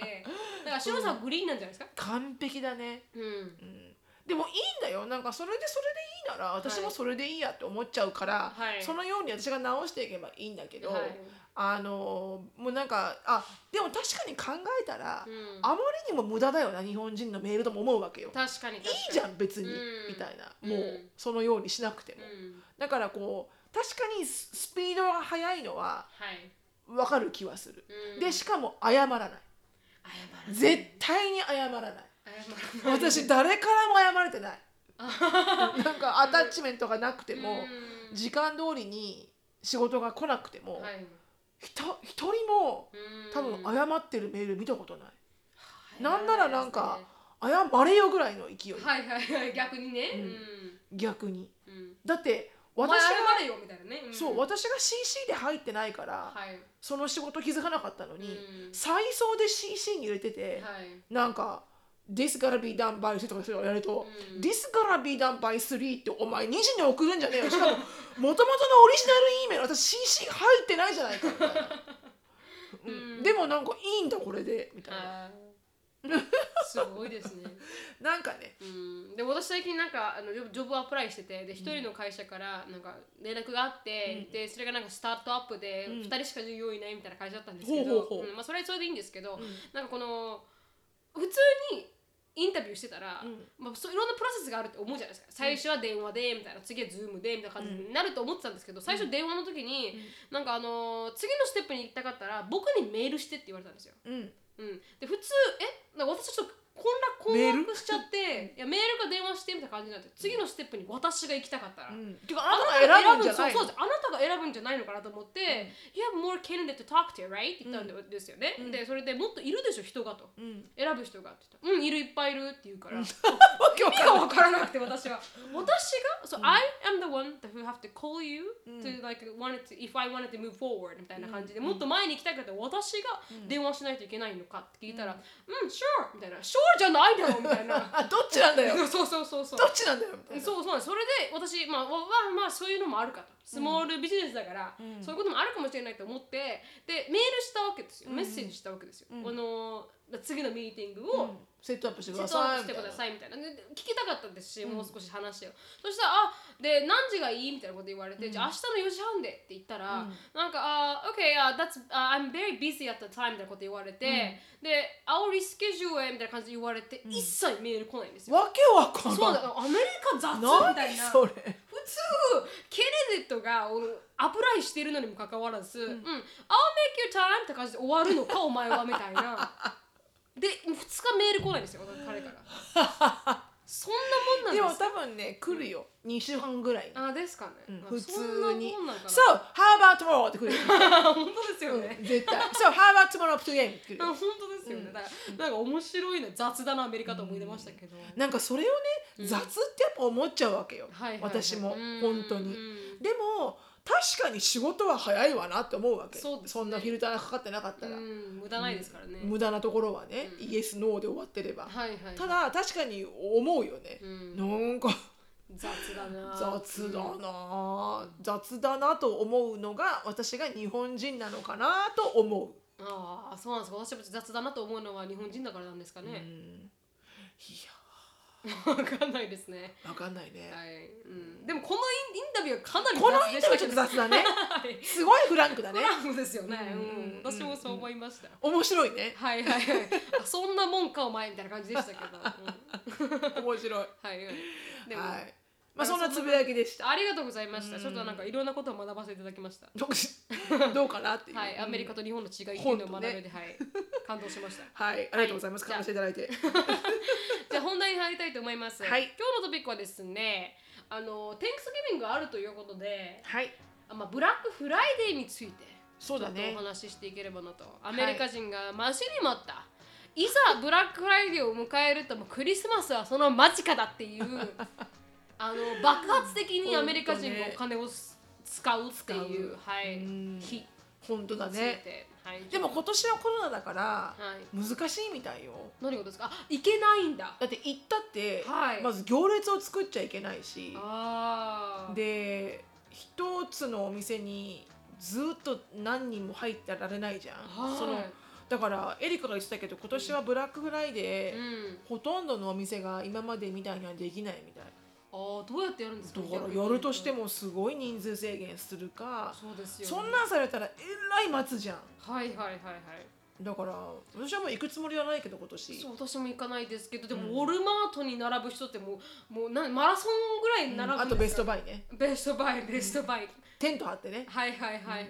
A: だからシロさんはグリーンなんじゃないですか
B: 完璧だね。
A: うん
B: うんでもいいんだよなんかそれでそれでいいなら私もそれでいいやって思っちゃうから、
A: はい
B: そのように私が直していけばいいんだけど、
A: はい
B: あのもうなんかあでも確かに考えたら、
A: うん
B: あまりにも無駄だよな日本人のメールとも思うわけよ。
A: 確かに確かにい
B: いいじゃん別に、
A: うん
B: みたいな
A: うん
B: もうそのようにしなくても、
A: うん
B: だからこう確かにススピードが速いのは
A: はい、
B: 分かる気はする、
A: うん
B: でしかも謝らな
A: 謝
B: い
A: らない
B: 絶対に謝らない
A: 謝らない
B: 私誰からも謝れてないなんかアタッチメントがなくても、
A: うん
B: 時間通りに仕事が来なくても、
A: はい
B: ひと一人も
A: うん
B: 多分謝ってるメール見たことない、
A: 謝
B: なんならなんか謝れよぐらいの勢い、
A: ですねはいはいはい逆にねうん
B: 逆に
A: うん
B: だって
A: お
B: 私
A: 前
B: が
A: 謝れよみたいなねん
B: そう私が CC で入ってないから、
A: はい
B: その仕事気づかなかったのに、
A: うん
B: 再送で CC に入れてて、
A: はい
B: なんか「This gotta be done by 3」とかそういうのやると「
A: うん
B: This gotta be done by 3」ってお前2時に送るんじゃねえ
A: *laughs*
B: よしかももともとのオリジナル E メール私 CC 入ってないじゃないかみたいな、う
A: *laughs*
B: ん
A: うん
B: *laughs* でもなんかいいんだこれでみたいな、
A: あーすごいですね。
B: なんかね、
A: うん、で私最近なんかあのジョブジョブアプライしててで一人の会社からなんか連絡があって、でそれがなんかスタートアップで
B: うん
A: 2人しか従業員いないみたいな会社だったんですけ
B: ほう
A: ど
B: ほうほう
A: うんまあそれはそれでいいんですけど、
B: ん
A: なんかこの普通にインタビューしてたら、
B: うん
A: まあ、そういろんなプロセスがあるって思うじゃないですか最初は電話でみたいな次はズームでみたいな感じになると思ってたんですけど最初電話の時に、なんかあのー次のステップに行きたかったら僕にメールしてって言われたんですよ。
B: うん、
A: うん、で普通えなんか私ちょっと混
B: メ
A: 乱
B: ール
A: 困惑しちゃっていやメールか電話してみたいな感じになって次のステップに私が行きたかったら、
B: うん、てかあなたが選ぶんじゃない
A: そうそうですあなたが選ぶんじゃないのかなと思って、You have more candidate to talk to, right? って言ったんですよね、
B: うん
A: でそれでもっといるでしょ人がと
B: うん、
A: 選ぶ人がって言ったらうんいるいっぱいいるって言うから、
B: わけ
A: 意
B: わ
A: 味
B: か
A: が
B: ん
A: 分からな
B: ない
A: くて私は私が、so I am the one that who have to call you
B: うん
A: to like wanted to if I wanted to move forward みたいな感じで、もっと前に行きたい方私が電話しないといけないのかって聞いたら、うん、sure みたいな sure じゃないだろみたいな
B: あ、どっちなんだよ。
A: *laughs* そうそうそうそう
B: どっちなんだよ。みたいな
A: そうそうなんですそれで私まあわわまあそういうのもあるかとスモールビジネスだから、
B: うん
A: そういうこともあるかもしれないと思ってでメールしたわけですよ、メッセージしたわけですよ、
B: うん
A: あの次のミーティング
B: う
A: を、
B: んセットアップしてくだ
A: セットアッ
B: さい。
A: プしてくだ
B: い。
A: さいみたいなでで聞きたかったですし、
B: うん
A: もう少し話をそしたら「あで何時がいい?」みたいなこと言われて、
B: うん
A: じゃあ明日の4時半で」って言ったら、
B: うん
A: なんか「あ OK、あ that's、あ I'm very busy at the time」みたいなこと言われて、で「I'll reschedule it」みたいな感じで言われて、一切メール来ないんですよ。
B: わけわかんない。
A: そうだアメリカ雑みた
B: 何
A: いな
B: それ。
A: 普通ケネディットがおアプライしてるのにもかかわらず「うん、I'll make your time」って感じで終わるのかお前はみたいなで2日メール来ないんですよ彼からそんなもん
B: で
A: な
B: も
A: んです
B: 多分ね、来るよ。二週間ぐらいに。
A: あですかね、
B: うん
A: あ
B: 普通
A: そんな
B: に
A: もんなんかな
B: So, how about tomorrow? って来る
A: *laughs*
B: よ。
A: 本当ですよね、
B: うん絶対。So, how about tomorrow to game? って来る
A: あ
B: よ。
A: 本当ですよね、だからなんか面白いな雑だなアメリカと思い出ましたけど、
B: なんかそれをね、雑ってやっぱ思っちゃうわけよ
A: はいはいはい。
B: 私も
A: うん
B: 本当に
A: う。ん
B: でも確かに仕事は早いわなって思うわけ。
A: そうですね
B: そんなフィルターがかかってなかったら
A: う。ん無駄ないですからね、
B: 無駄なところはね、
A: うん
B: イエスノーで終わってれば、
A: はいはい
B: た、だ確かに思うよね
A: う、ん、
B: なんか
A: 雑だな
B: 雑だなあ雑だなと思うのが私が日本人なのかなと思
A: ああそうなんですか私は別に雑だなと思うのは日本人だからなんですか
B: う、う
A: ね、
B: んい
A: わかんないですね
B: やわかんないね、
A: はい、うん、でもこのインインタビューはかなり
B: この人はちょっと
A: *laughs* で
B: 雑だね
A: し
B: すごいフランクだ
A: た
B: ね
A: ねはいフランクですよね、
B: う
A: うんん
B: うん
A: 私もそう思いました、
B: 面白いね
A: はいはいはいあそんなもんかお前みたいな感じでしたけど、うん、は
B: 面白い
A: いはいでも、
B: はいまあそんなつぶや
A: *laughs*
B: きでした
A: ありがとうございました、
B: うん
A: ちょっとなんかいろんなことを学ばせていただきました
B: どうどうかなっていう、
A: はいアメリカ
B: うん
A: と日本の違いっていうのを
B: 本
A: 学
B: 当
A: べ
B: ね
A: て、はい感動しました
B: はいありがとうございます
A: はい
B: 感謝いただいて
A: じゃあ本題に入りたいと思います、
B: はい
A: 今日のトピックはですねあの Thanksgiving があるということで
B: はい
A: あまあ、ブラックフライデーについて
B: そうだ
A: ちょっ
B: ね
A: とお話ししていければなとアメリカ人が待ちに待った、い、ざブラックフライデーを迎えるともうクリスマスはその間近だっていう
B: *laughs*
A: あの爆発的にアメリカ人がお金をす使うっていう
B: 使う
A: はい
B: うん
A: 日に
B: 本当だ
A: つい
B: ね
A: て、はい、
B: でも今年はコロナだから
A: はい、
B: 難しいみたいよ
A: 何がですかあいけないんだ
B: だって行ったって、
A: はい
B: まず行列を作っちゃいけないし
A: あー
B: で一つのお店にずっと何人も入ってられないじゃん、
A: はい
B: そのだからエリカが言ってたけど今年はブラックフライデー、
A: うん、
B: ほとんどのお店が今までみたいにはできないみたい
A: あーどうやってやるんですか
B: だからやるとしてもすごい人数制限するか
A: そうですよ
B: そんなんされたらえらい待つじゃん
A: はいはいはいはい
B: だから私はもう行くつもりはないけど今年
A: そう私も行かないですけどでも、
B: うん
A: ウォルマートに並ぶ人ってもうもうなマラソンぐらい並ぶんですよ、
B: あとベストバイね
A: ベストバイベストバイ、
B: テント張ってね
A: はいはいはいはい、
B: でもなん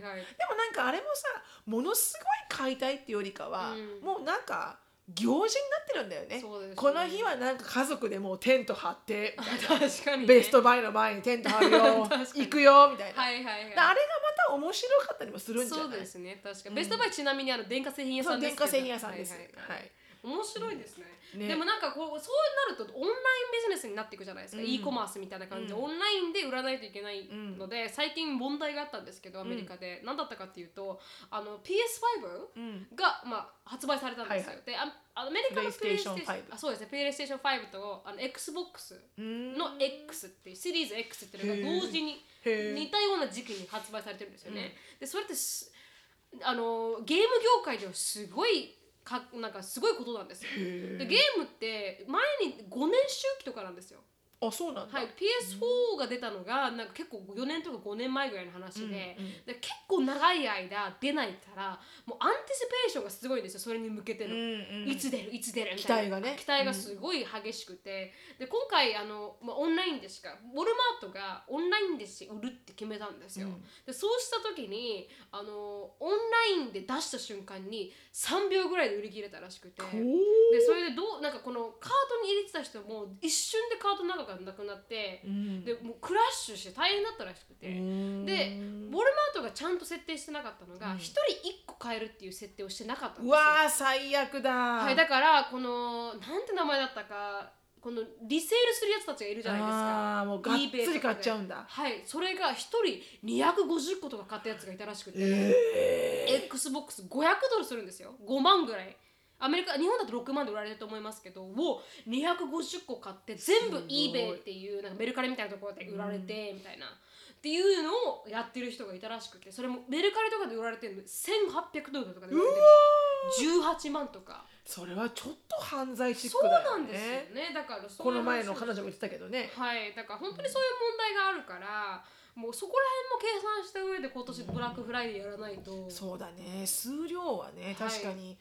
B: かあれもさものすごい買いたいっていうよりかは、
A: うん
B: もうなんか行事になってるんだよね
A: そうですね
B: この日はなんか家族でもうテント張って
A: 確かに、ね、
B: ベストバイの前にテント張るよ
A: *laughs* 確かに
B: 行くよみたいな、
A: はいはい
B: であ
A: は
B: れがまた面白かったりもする
A: い
B: んじゃない
A: そうですね確かに、
B: うん
A: ベストバイちなみにあの電化製品屋
B: そ
A: さ
B: うん
A: です
B: 電
A: けど
B: 化製品屋さんです
A: は
B: はいい
A: はいはい面白いですね,、
B: ね
A: でもなんかこうそうなるとオンラインビジネスになっていくじゃないですか、
B: うん
A: e コマースみたいな感じで、
B: うん
A: オンラインで売らないといけないので、最近問題があったんですけどアメリカで、何だったかっていうとあの PS5
B: うん
A: が、まあ、発売されたんですよ。
B: はいは
A: であアメリカのプレイステーシ
B: PlayStation
A: ョン
B: 5
A: あそうですね、プレイステーション5とあの XBOX
B: うん
A: の X っていうシリーズ X っていうのが同時に
B: へー
A: 似たような時期に発売されてるんですよね。でそれってすあのゲーム業界ではすごいかなんかすごいことなんですよ
B: へ
A: で
B: え
A: ゲームって前に5年周期とかなんですよ、
B: あそうなんだ、
A: はい、PS4 が出たのがなんか結構4年とか5年前ぐらいの話で,、
B: うんうん
A: で結構長い間出ないからもうアンティシペーションがすごいんですよそれに向けての、
B: うんうん
A: いつ出るいつ出るみたいな
B: 期待がね
A: 期待がすごい激しくて、で今回あの、まあ、オンラインでしかウォルマートがオンラインでし売るって決めたんですよ、
B: うん
A: でそうした時にあのオンラインで出した瞬間に3秒ぐらいで売り切れたらしくて
B: お
A: で
B: ー
A: それでどうなんかこのカートに入れてた人も一瞬でカートの中がなくなって
B: うん
A: でもうクラッシュして大変だったらしくて。でウォルマートがちゃんと設定してなかったのが、
B: うん
A: 1人1個買えるっていう設定をしてなかったんです
B: う
A: よ。
B: わー最悪だは
A: はい、だからこのなんて名前だったかこのリセールするやつたちがいるじゃないですか
B: あーもうがっ
A: eBay と
B: つ
A: かで
B: り買っちゃうんだ
A: はいそれが1人250個とか買ったやつがいたらしくて、
B: え
A: XBOX500 ドルするんですよ5万ぐらいアメリカ日本だと6万で売られると思いますけどを250個買って全部
B: すごい
A: eBay っていうなんかメルカリみたいなところで売られてみたいな、っていうのをやってる人がいたらしくてそれもメルカリとかで売られてるの1800ドルとかで売られてる18万とか。
B: それはちょっと犯罪チッ
A: そう
B: クだ
A: な
B: よ
A: んですよ
B: ね
A: ねだからそう
B: こ
A: いう
B: の前
A: 話
B: の彼女も言ってたけどね
A: はいだから本当にそういう問題があるからもうそこら辺も計算した上で今年ブラックフライデーやらないと、
B: そうだね数量はね
A: はい
B: 確かに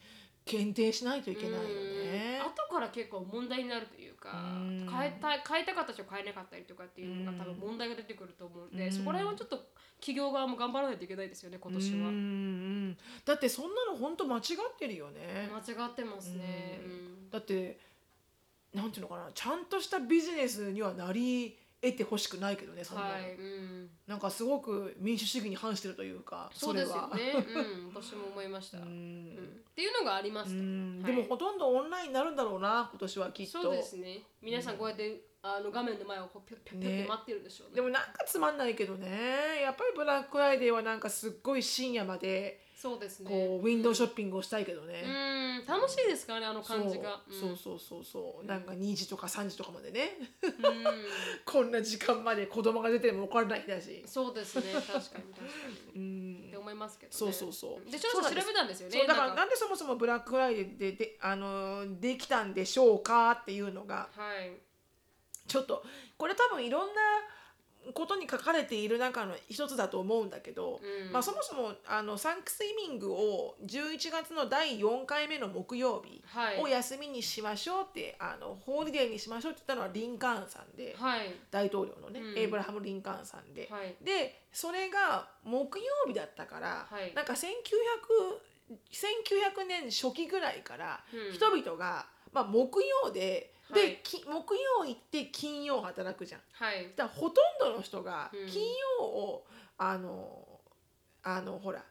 B: 限定しないといけないよね
A: うん後から結構問題になるというか
B: うん
A: 変えたい変えたかった人変えなかったりとかっていうのが多分
B: うん
A: 問題が出てくると思うんで
B: うん
A: そこら辺はちょっと企業側も頑張らないといけないですよね今年は
B: うんう
A: 間
B: んだってそんなの本当間違ってるよね
A: 違ってますね
B: う
A: うん
B: だってなんていうのかなちゃんとしたビジネスにはなり得てほしくないけどねそんなの
A: はいうん
B: なんかすごく民主主義に反してるというか
A: そう
B: れ
A: ですよ
B: は
A: ねうん
B: *laughs*
A: 私も思いました
B: う
A: うん
B: ん
A: っていうのがありま
B: う
A: した
B: ん
A: は
B: で
A: い
B: もほとんどオンラインになるんだろうな今年はきっと
A: そうですね皆さんこうやって、あの画面の前をこうピョッピョッピョッっ
B: ね
A: て待ってるんでしょうね
B: でもなんかつまんないけどねやっぱりブラックフライデーはなんかすっごい深夜まで
A: そうですね
B: こう、ウィンドウショッピングをしたいけど
A: う
B: ね、
A: ん楽しいですからねあの
B: そう
A: 感じが
B: そうそうそうそうなんか2時とか3時とかまでね *laughs*
A: うん、
B: こんな時間まで子供が出ても怒らない日だし
A: そう
B: *laughs*
A: ですね確かに確か
B: う
A: に
B: ん
A: って思いますけど、ね、
B: そうそうそう
A: でちょっと調べたんですよね
B: そうだから
A: なんか
B: なんでそもそもブラックフライデーでであのーできたんでしょうかっていうのが
A: はい
B: ちょっとこれ多分いろんなことに書かれている中の一つだと思うんだけど、
A: うん
B: まあ、そもそもあのサンクスイミングを11月の第4回目の木曜日
A: はい
B: を休みにしましょうってあのホーリデーにしましょうって言ったのはリンカーンさんで
A: はい
B: 大統領のね、
A: うん
B: エイブラハム・リンカーンさんで、
A: はい
B: でそれが木曜日だったから、
A: はい
B: なんか1900 1900年初期ぐらいから
A: うん
B: 人々が、まあ、木曜で、
A: は
B: で
A: い
B: き木曜行って金曜働くじゃん。
A: はい
B: だからほとんどの人が
A: うん
B: 金曜を、あのあのほら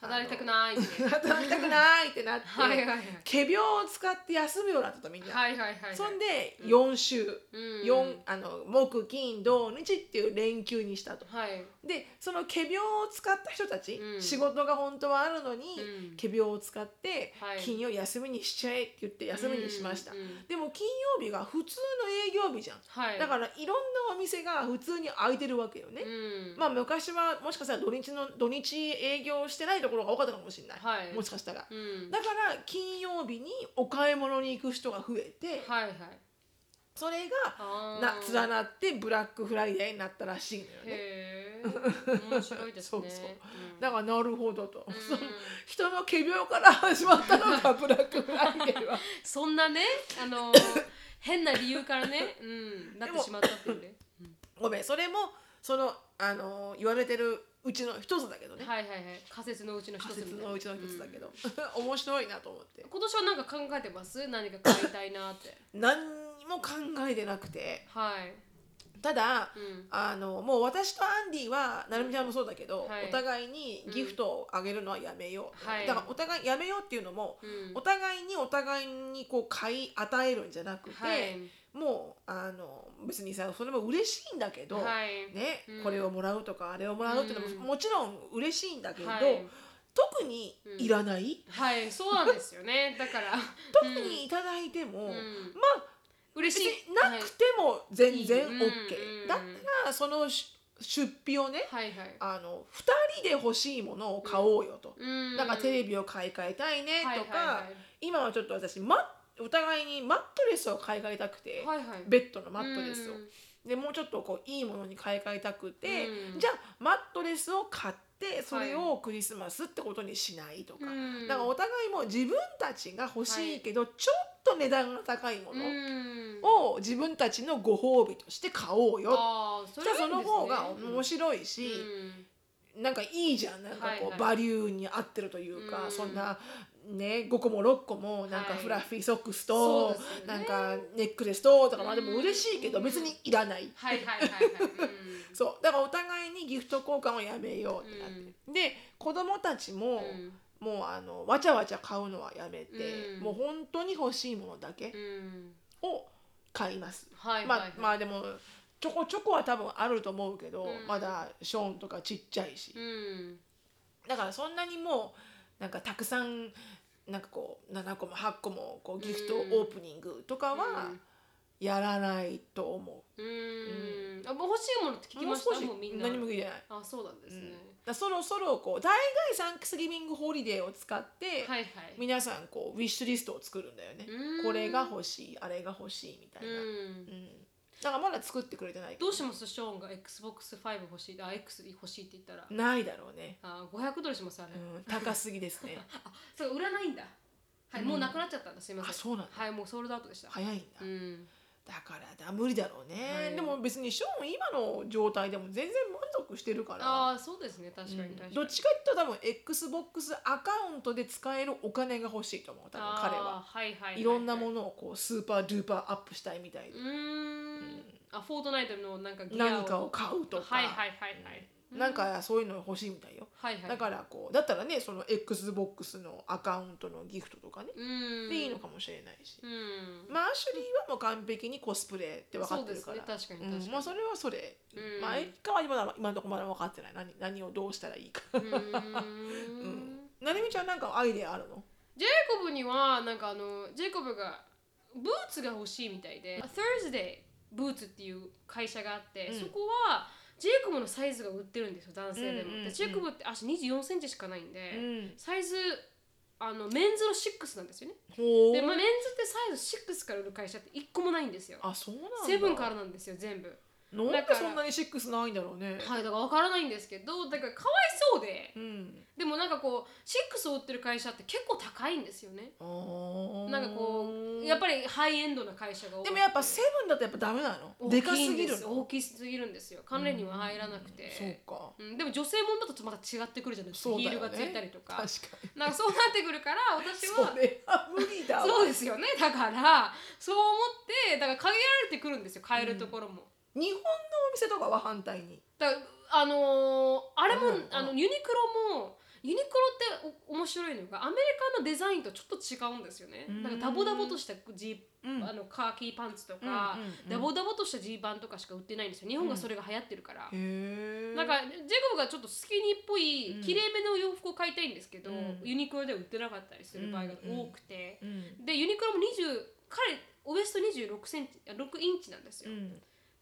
A: 働きたくないみ
B: *laughs*
A: たいな
B: 働きたくないってなって
A: *laughs* はいはいはい
B: 仮病を使って休むようになってたみんな。
A: はいはいはい
B: そんで
A: うん
B: 4週、
A: うん
B: 四あの木金土日っていう連休にしたと。
A: はい
B: でその仮病を使った人たち、
A: うん
B: 仕事が本当はあるのに、
A: うん
B: 仮病を使って、
A: はい
B: 金曜休みにしちゃえって言って休みにしました、
A: うんうん
B: でも金曜日が普通の営業日じゃん、
A: はい
B: だからいろんなお店が普通に開いてるわけよね
A: う、ん
B: まあ昔はもしかしたら土日の土日営業してないところが多かったかもしれない、
A: はい
B: もしかしたら、
A: うん
B: だから金曜日にお買い物に行く人が増えて、
A: はいはい
B: それ
A: あ
B: が
A: ー
B: な連なってブラックフライデーになったらしいのよね
A: へえ面白いですね
B: *laughs* そうそう
A: うん
B: だからなるほどと、その
A: うん
B: 人の仮病から始まった
A: *laughs*
B: のがブラックフライデーは
A: そんなねあ
B: *coughs*
A: の変な理由からね、うん、なってしまったっていうね
B: ごめんそれもその、あのー言われてるうちの一つだけどね、
A: はいはいはい仮説のうちの一
B: 仮
A: つみた
B: 説
A: いな
B: のうちの一つだけ
A: うん
B: ど、面白いなと思って
A: 今年は何か考えてます何か買いたいなって
B: 何にも考えてなくて
A: はい、
B: ただ
A: うん、
B: あのもう私とアンディはなるみちゃんもそうだけど、
A: はい
B: お互いにギフトをあげるのはやめよう、
A: はい
B: だからお互いやめようっていうのも、
A: うん
B: お互いにお互いにこう買い与えるんじゃなくて、
A: はい
B: もうあの別にさそれも嬉しいんだけど、
A: はい
B: ね
A: うん
B: これをもらうとかあれをもらうっていうのも、
A: うん
B: もちろん嬉しいんだけど、
A: はい
B: 特にいらない、
A: はいそうなんですよねだから
B: 特にいただいても、
A: うん
B: まあ
A: 嬉
B: 別
A: しい
B: になくても全然
A: はい
B: OK、
A: うんうんうん
B: だったらそのし出費をね
A: はいはい
B: あの2人で欲しいものを買おうよと、
A: うん
B: なんかテレビを買い替えたいね
A: はい
B: とか、
A: は
B: 今はちょっと私、ま、お互いにマットレスを買い替えたくて、
A: いはいはいはい
B: ベッドのマットレスを
A: う、ん
B: でもうちょっとこういいものに買い替えたくて、
A: うん
B: じゃあマットレスを買ってそれをクリスマスってことにしないとか、
A: うん
B: だからお互いもう自分たちが欲しいけど、ちょっと値段が高いもの
A: うん
B: を自分たちのご褒美として買おうよ、
A: あーそ
B: じゃあその方が面
A: 白
B: 白いし、なんかいいじゃんなんかこう、
A: はいはい
B: バリューに合ってるというか、
A: うん
B: そんなね5個も6個もなんか
A: はい
B: フラッフィーソックス
A: そ
B: と、
A: うですよね
B: なんかネックレスととかまあでも
A: うん
B: 嬉しいけど別にいらない、
A: はいはいはいはいはい
B: そうだからお互いにギフト交換をやめようってなって、で子供たちも、
A: うん
B: もうあのわちゃわちゃ買うのはやめて、
A: うん
B: もう本当に欲しいものだけ
A: うん
B: を買います。
A: はい
B: ま
A: は
B: あ
A: いはい
B: まあでもちょこちょこは多分あると思うけど、
A: うん
B: まだショーンとかちっちゃいし、
A: うん
B: だからそんなにもうなんかたくさんなんかこう7個も8個もこうギフト
A: うん
B: オープニングとかはやらないと思
A: うんうんあもう欲しいものって
B: う、
A: 聞きましたもうみんな
B: 何も聞いてない、
A: あそうなんで
B: う
A: すね
B: ん、だからそろそろこう大概サンクスギビングホリデーを使って、
A: はいはい
B: 皆さんこうウィッシュリストを作るんだよね、
A: うん
B: これが欲しいあれが欲しいみたいう
A: ん
B: な、うんだからまだ作ってくれてないけ
A: どうしますショーンが XBOX5 欲しいあ X 欲しいって言ったら
B: ないだろうね、
A: あ500ドルしますあれ
B: うん、高すぎです
A: *laughs*
B: ね
A: あそれ売らないんだはいもうなくなっちゃったんだすいませ
B: あ
A: ん
B: そうなんだ
A: はいもうソールドアウトでした
B: 早いんだ、
A: うん
B: だからだ無理だろうね、
A: はい
B: でも別にショーン今の状態でも全然満足してるから
A: ああそうですね確かに確か
B: うん
A: に
B: どっちかっていうと多分 XBOX アカウントで使えるお金が欲しいと思う多分彼は
A: あーはいはいはい
B: ろんな
A: の
B: ものをこうスーパードゥーパーアップしたいみたいで
A: うーんあフォートナイトのなんかギアを
B: 何かを買うとか、
A: はいはいはいはい、
B: なんかそういうの欲しいみたいよ、
A: はいはい
B: だからこうだったらねその XBOX のアカウントのギフトとかね、
A: うん
B: でいいのかもしれないし、
A: うん
B: まあアシュリーはもう完璧にコスプレって分かってるから
A: そうですね確かに確かに
B: うんまあそれはそれ、
A: うん
B: まあ一家は今の今のところまだ分かってない何何をどうしたらいいか
A: うーん
B: なるみちゃんなんかアイデアあるの
A: ジェイコブにはなんかあのジェイコブがブーツが欲しいみたいで Thursday ブーツっていう会社があって、
B: うん
A: そこはジェイコブのサイズが売ってるんですよ男性でも、
B: うんうんうん
A: でジェイコブって足2 4センチしかないんで、
B: ん
A: サイズあのメンズの6なんですよね
B: ほ
A: で、まあ、
B: う
A: メンズってサイズ6から売る会社って1個もないんですよ
B: あそうなんだ
A: セブンからなんですよ全部
B: なん
A: だ
B: で
A: から
B: そんなにシックスないんだろうね、
A: はいだから分からないんですけどだからかわいそうで
B: うん
A: でもなんかこう6を売ってる会社って結構高いんですよね
B: あー
A: なんかこうやっぱりハイエンドな会社が多い
B: でもやっぱセブンだとやっぱダメなのでかすぎるの
A: 大きすぎるんですよ関連には入らなくて
B: そうか
A: うん、でも女性もんだとちょっとまた違ってくるじゃないです
B: そ
A: か、
B: う
A: ヒ
B: だよ
A: ー
B: ね
A: ルがついたりと
B: 確か
A: かなんかそうなってくるから
B: に
A: 私
B: そ
A: は
B: れは無理だわ
A: そうですよねだからそう思ってだから限られてくるんですよ買えるところも、
B: 日本のお店とかは反対に
A: だあのーあれも
B: うんうん
A: あのユニクロもユニクロってお面白いのがアメリカのデザインとちょっと違うんですよね
B: うん
A: なんかダボダボとしたジ
B: う
A: ー
B: ん
A: あのカーキーパンツとか、
B: うんうんうん
A: ダボダボとしたジーパンとかしか売ってないんですよ日本がそれが流行ってるから、
B: へえ
A: なんかジェコブがちょっとスキニーっぽい
B: うん
A: きれいめの洋服を買いたいんですけど、
B: うん
A: ユニクロでは売ってなかったりする場合が多くて、
B: うん
A: でユニクロも20彼ウエスト2 6センチあ6インチなんですよ、
B: うん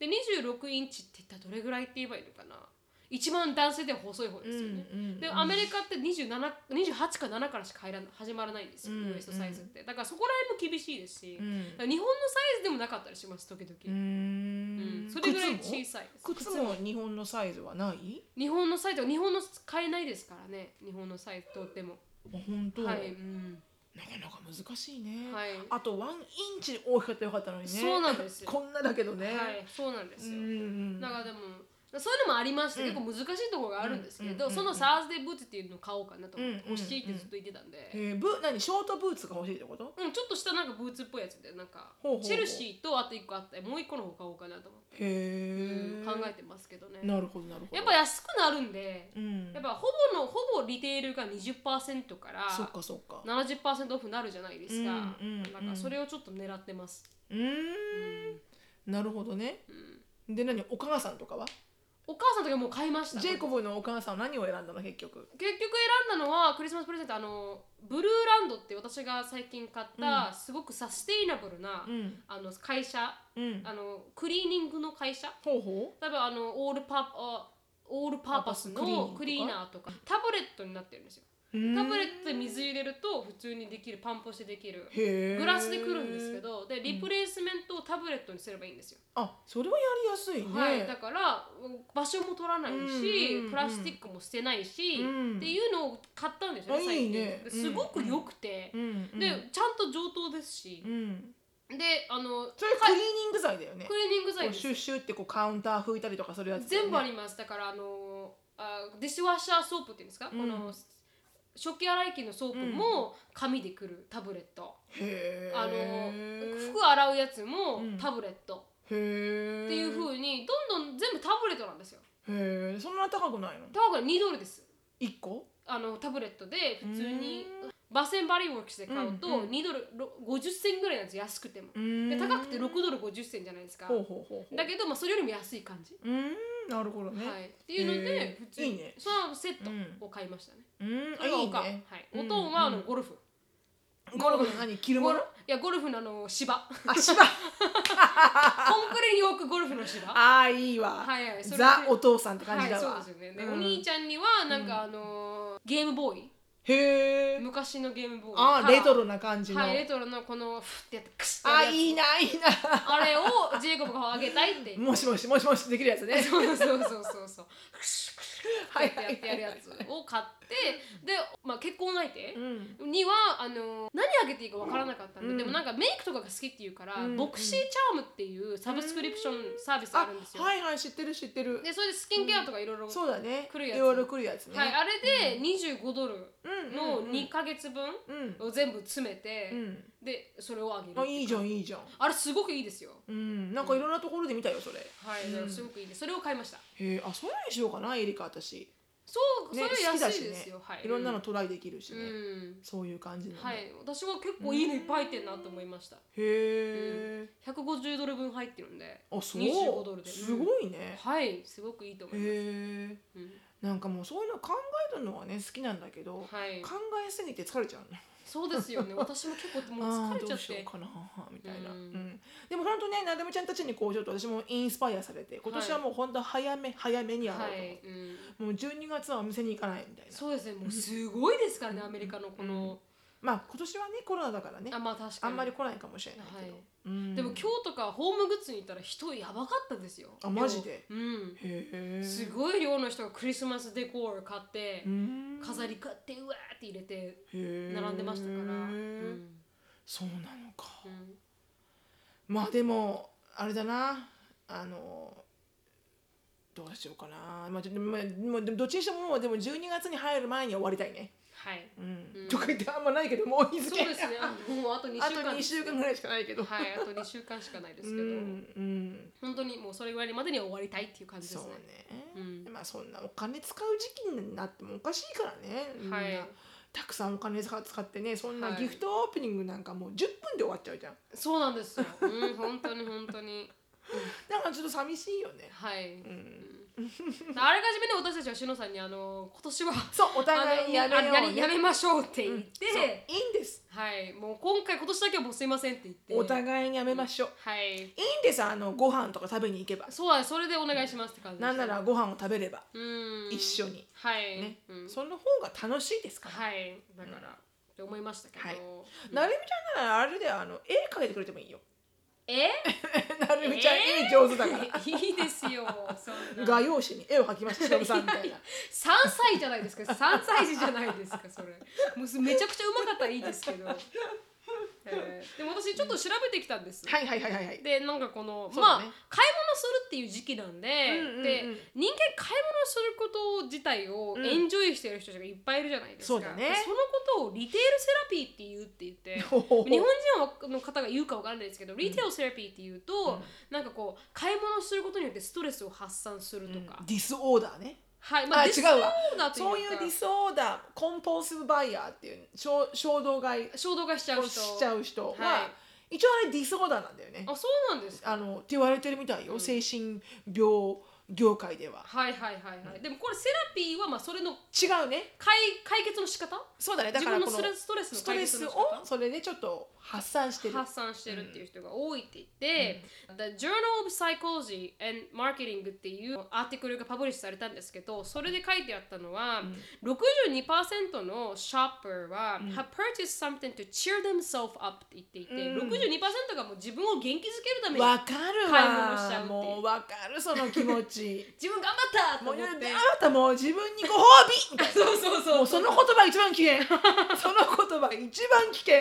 A: で26インチって言ったらどれぐらいって言えばいいのかな一番男性では細い方ですよね、
B: うんうん
A: でアメリカって27 28か7からしか入らな始まらないんですよ、
B: う
A: ウ
B: ん
A: エストサイズってだからそこら辺も厳しいですし、
B: うん
A: だから日本のサイズでもなかったりします時々、
B: うー
A: う
B: ん
A: んそれぐらい小さいです
B: 靴も靴も日本のサイズはない
A: 日本のサイズは日本の買えないですからね日本のサイズとっても
B: あ本当、
A: はい、うん
B: なかなか難しいね、
A: はい
B: あとワンインチ大きかったらよかったのにね
A: そうなんですよ
B: こんなだけどね、
A: はいそうなんで
B: う
A: すよ、
B: ん
A: なんかでもそういうのもありまして、
B: うん
A: 結構難しいところがあるんですけど、
B: うん
A: そのサーズデーブーツっていうのを買おうかなと思って、
B: うん
A: 欲しいってずっと言ってたんで、
B: えー、ブ何ショートブーツが欲しいってこと
A: うん、ちょっとしたなんかブーツっぽいやつでなんか
B: ほうほうほう
A: チェルシーとあと1個あってもう1個の方買おうかなと思って、
B: へえ、
A: 考えてますけどね
B: なるほどなるほど
A: やっぱ安くなるんで、
B: うん
A: やっぱほぼのほぼリテールが20%から
B: そっかそっか
A: 70%オフになるじゃないですか、
B: うんうんうん
A: だからそれをちょっと狙ってます、
B: うーんなるほどね
A: うん
B: で何お母さんとかは
A: お母さんとかもう買いました
B: ジェイコブのお母さんは何を選んだの結局
A: 結局選んだのはクリスマスプレゼントあのブルーランドって私が最近買った、すごくサステイナブルな、
B: うん
A: あの会社
B: うん
A: あのクリーニングの会社
B: ほうほ
A: 多分あのオールパあオールパーパス
B: パーパスクリーニングと
A: の
B: か
A: クリーナーとかタブレットになってるんですよ
B: う
A: タ
B: タ
A: ブレットで水入れると普通にできるパンプしてできる
B: へー
A: グラスでくるんですけどでリプレイスメントをタブレットにすればいいんですよ、
B: あそれはやりやすいね、
A: はい、だからうん場所も取らないし、
B: うんうんうん
A: プラスチックも捨てないし、
B: うん
A: っていうのを買ったんですよ
B: あ
A: ね最近
B: いいね
A: ですごく良くて、
B: うんうん、
A: でちゃんと上等ですし
B: う、ん、
A: であの
B: それクリーニング剤だよね
A: クリーニング剤
B: こう
A: です
B: シュッシュッってこうカウンター拭いたりとかするやつだよね、
A: 全部ありますだからあのあディッシュワッシャーソープっていうんですか、
B: うん
A: この食器洗い機のソープも紙でくるタブレット、
B: へー
A: あの
B: へ
A: 服洗うやつも
B: うん
A: タブレット
B: え
A: っていう風にどんどん全部タブレットなんですよ
B: へえそんな高くないの
A: 高くない2ドルです
B: 一個
A: あのタブレットで普通にバセンバリーワークスで買うと
B: うんうん
A: 2ドルろ50銭ぐらいなんですよ安くても
B: うーん
A: で高くて6ドル50銭じゃないですか
B: ほうほうほうほう
A: だけど、まあ、それよりも安い感じ、
B: うーんなるほどね、
A: はい、っていうの
B: へ
A: で
B: ー
A: 普通に
B: いいね
A: そのセット
B: うん
A: を買いましたね、
B: うーん
A: そ
B: あ
A: れが
B: い
A: お
B: い
A: か
B: ね
A: はい、
B: うん
A: おとんはあのゴルフ、
B: ゴルフの何着るも
A: ゴル
B: の
A: いやゴルフのあの芝コン
B: あ芝
A: クリに置くゴルフの芝は
B: あーいいわ、
A: いはいそれで
B: ザお父さんって感じだわ、
A: はい、そうですよねで、
B: うん
A: お兄ちゃんにはなんかあのーゲームボーイ
B: へえ
A: 昔のゲームボーイ
B: あーレト
A: ロ
B: ロな感じの、
A: はいレトロのこのフッてやってクシッてや
B: あ
A: るやつ
B: いいないいな
A: あれをジェイコブがあげたいって
B: *laughs* もしもしもしもしできるや
A: *laughs*
B: つね
A: そうそうそうそうそうクシュクシュ
B: はい
A: ってやってやるやつを買ってで、まあ、結婚相手
B: うん
A: にはあの何あげていいかわからなかったんで、
B: うん
A: でもなんかメイクとかが好きっていうから、
B: うん
A: ボクシーチャームっていうサブスクリプションサービスがあ
B: あ
A: るんですよ、
B: はいはい知ってる知ってる
A: でそれでスキンケアとかいろいろ
B: そうだね
A: 来るやつ
B: いろいろ来るやつね、
A: はい、あれで25ドル
B: うん
A: の
B: うんうん
A: 2ヶ月分
B: うん
A: を全部詰めて、
B: うん
A: でそれをあげる
B: あいいじゃんいいじゃん
A: あれすごくいいですよ
B: うんなんかいろんなところで見たよそれへ
A: はい、
B: うん
A: すごくいいですそれを買いました
B: えあそういうのにしようかなエリカ私
A: そう、
B: ね
A: それ安いで
B: 好きだし
A: す
B: ね
A: よ、はい
B: いろんなのトライできるし
A: う
B: ね、
A: ん
B: そういう感じのね、
A: はい、私は結構いいのいっぱい入ってるなと思いました。
B: へえ、
A: 150ドル分入ってるんで、
B: あそう
A: 25ドルです
B: ごいね、
A: はい、すごくいいと思います。
B: へえ
A: うん
B: なんかもうそういうの考えるのはね好きなんだけど、
A: はい
B: 考、えすぎて疲れちゃうね
A: そうですよね。私も結構もう
B: あー
A: 疲れちゃっ
B: どうしよ
A: て
B: う、かなみたい
A: う
B: な、うんんでも本当ねなだめちゃんたちにこうちょっと私もインスパイアされて今年はもう本当早め、早めにやろう
A: は
B: と思っ
A: い
B: て、、
A: うん、
B: もう12月はお店に行かないみたいな
A: そうですね。もうすごいですからね、アメリカのこの、
B: まあ今年はねコロナだからね
A: あ、まあ確かに。
B: あんまり来ないかもしれないけど、
A: はい
B: うん
A: でも今日とかホームグッズに行ったら人やばかったですよ。
B: あマジで
A: 量うん。
B: へえ
A: すごい量の人がクリスマスデコール買って、
B: うん
A: 飾り買ってうわーって入れて
B: へー
A: 並んでましたから。うん
B: そうなのか
A: うん
B: まあでもあれだなあのどうしようかな、まあ、ちょまあまあでもどっちにしてももうでも12月に入る前には終わりたいね、
A: はい。
B: うん
A: うん
B: とか言ってあんまないけどもう日付
A: そうですね。あもうあと2
B: あ
A: 週
B: と
A: 間
B: 2週間ぐらいしかないけど、
A: はい、あと2週間しかないですけ
B: う
A: ど、
B: んうん
A: 本当にもうそれぐらいまでには終わりたいっていう感じで
B: そう
A: すね。
B: ね、
A: うん
B: まあそんなお金使う時期になってもおかしいからねみんな
A: はい
B: たくさんお金使ってねそんな
A: はい
B: ギフトオープニングなんかもう10分で終わっちゃうじゃん
A: そうなんですよ。うん、本当に本当に。
B: だからちょっと寂しいよね
A: はい。
B: うん
A: あらかじめね、私たちはしのさんにあの今年は
B: そうお互いにやめようね
A: あのやりやめましょうって言って、
B: そういいんです
A: はい、もう今回今年だけはもうすいませんって言って、
B: お互いにやめましょう、
A: はい、
B: いいんですあのご飯とか食べに行けば
A: そうだそれでお願いしますって感じで
B: な
A: す。
B: んならご飯を食べれば
A: うん、
B: 一緒に
A: はい、
B: ね、
A: うん、
B: その方が楽しいですから、
A: はい、だから、って思いましたけど、
B: はいなるみちゃんならあれであの絵描いてくれて
A: *laughs*
B: もいいよ
A: え？
B: なるみちゃん、絵上手だか
A: *laughs*
B: ら
A: いいですよ。そんな
B: 画用紙に絵を描
A: *laughs*
B: きました忍さんみたいな
A: 三歳じゃないですか。三歳児じゃないですか。それ。もうめちゃくちゃうまかったらいいですけど。えーでも私ちょっと調べてきたんです。
B: はいはいはいはいはい
A: でなんかこの、
B: そう
A: まあ
B: だ
A: 買い
B: ね
A: 物するっていう時期なんで、
B: うんうんうん
A: で人間買い物すること自体を
B: うん
A: エンジョイしてる人がいっぱいいるじゃないですか。
B: そうだね
A: でそのことをリテールセラピーって言うって言って。
B: ほほほ
A: 日本人の方が言うかわかんないですけど、リテールセラピーっていうと、なんかこう買い物することによってストレスを発散するとか、
B: ディスオーダーね
A: はい、
B: あ
A: ディス
B: 違うわ
A: オーダーと
B: そう
A: い
B: いうう
A: か
B: ディスオーダーコンポーシブバイヤーっていう衝衝動買い
A: 衝動買いしちゃう
B: を
A: 人。
B: しちゃう人は、
A: は
B: 一応あれディスオーダーなんだよね
A: あ、そうなんですか。
B: あのって言われてるみたいよ、精神病業界では
A: はいはいはいはい、でもこれセラピーはまあそれの
B: 違うね
A: 解解決の仕方
B: そうだねだ
A: 自
B: から
A: 分
B: こ
A: の
B: の
A: スレストレスの
B: スト
A: 解
B: レ
A: 決
B: ス
A: の
B: を
A: 仕方
B: それでちょっと発散してる
A: 発散してるっていう人が多いって言って、The Journal of Psychology and Marketing っていうアーティクルがパブリッシュされたんですけどそれで書いてあったのは、62%のショッパーは、have purchased something to cheer themselves up って言っていて、
B: うん
A: 62%がもう自分を元気づけるために
B: わかる
A: 買い物しち
B: わ
A: ゃうっていう
B: もうわかるその気持
A: *laughs*
B: ち
A: 自分頑張ったと
B: もうあ
A: 思って
B: なたもう自分にご褒美み
A: *laughs*
B: たい
A: そうそう
B: な
A: そ
B: も
A: う
B: うその言葉一番危険
A: *laughs*
B: その言葉一番危険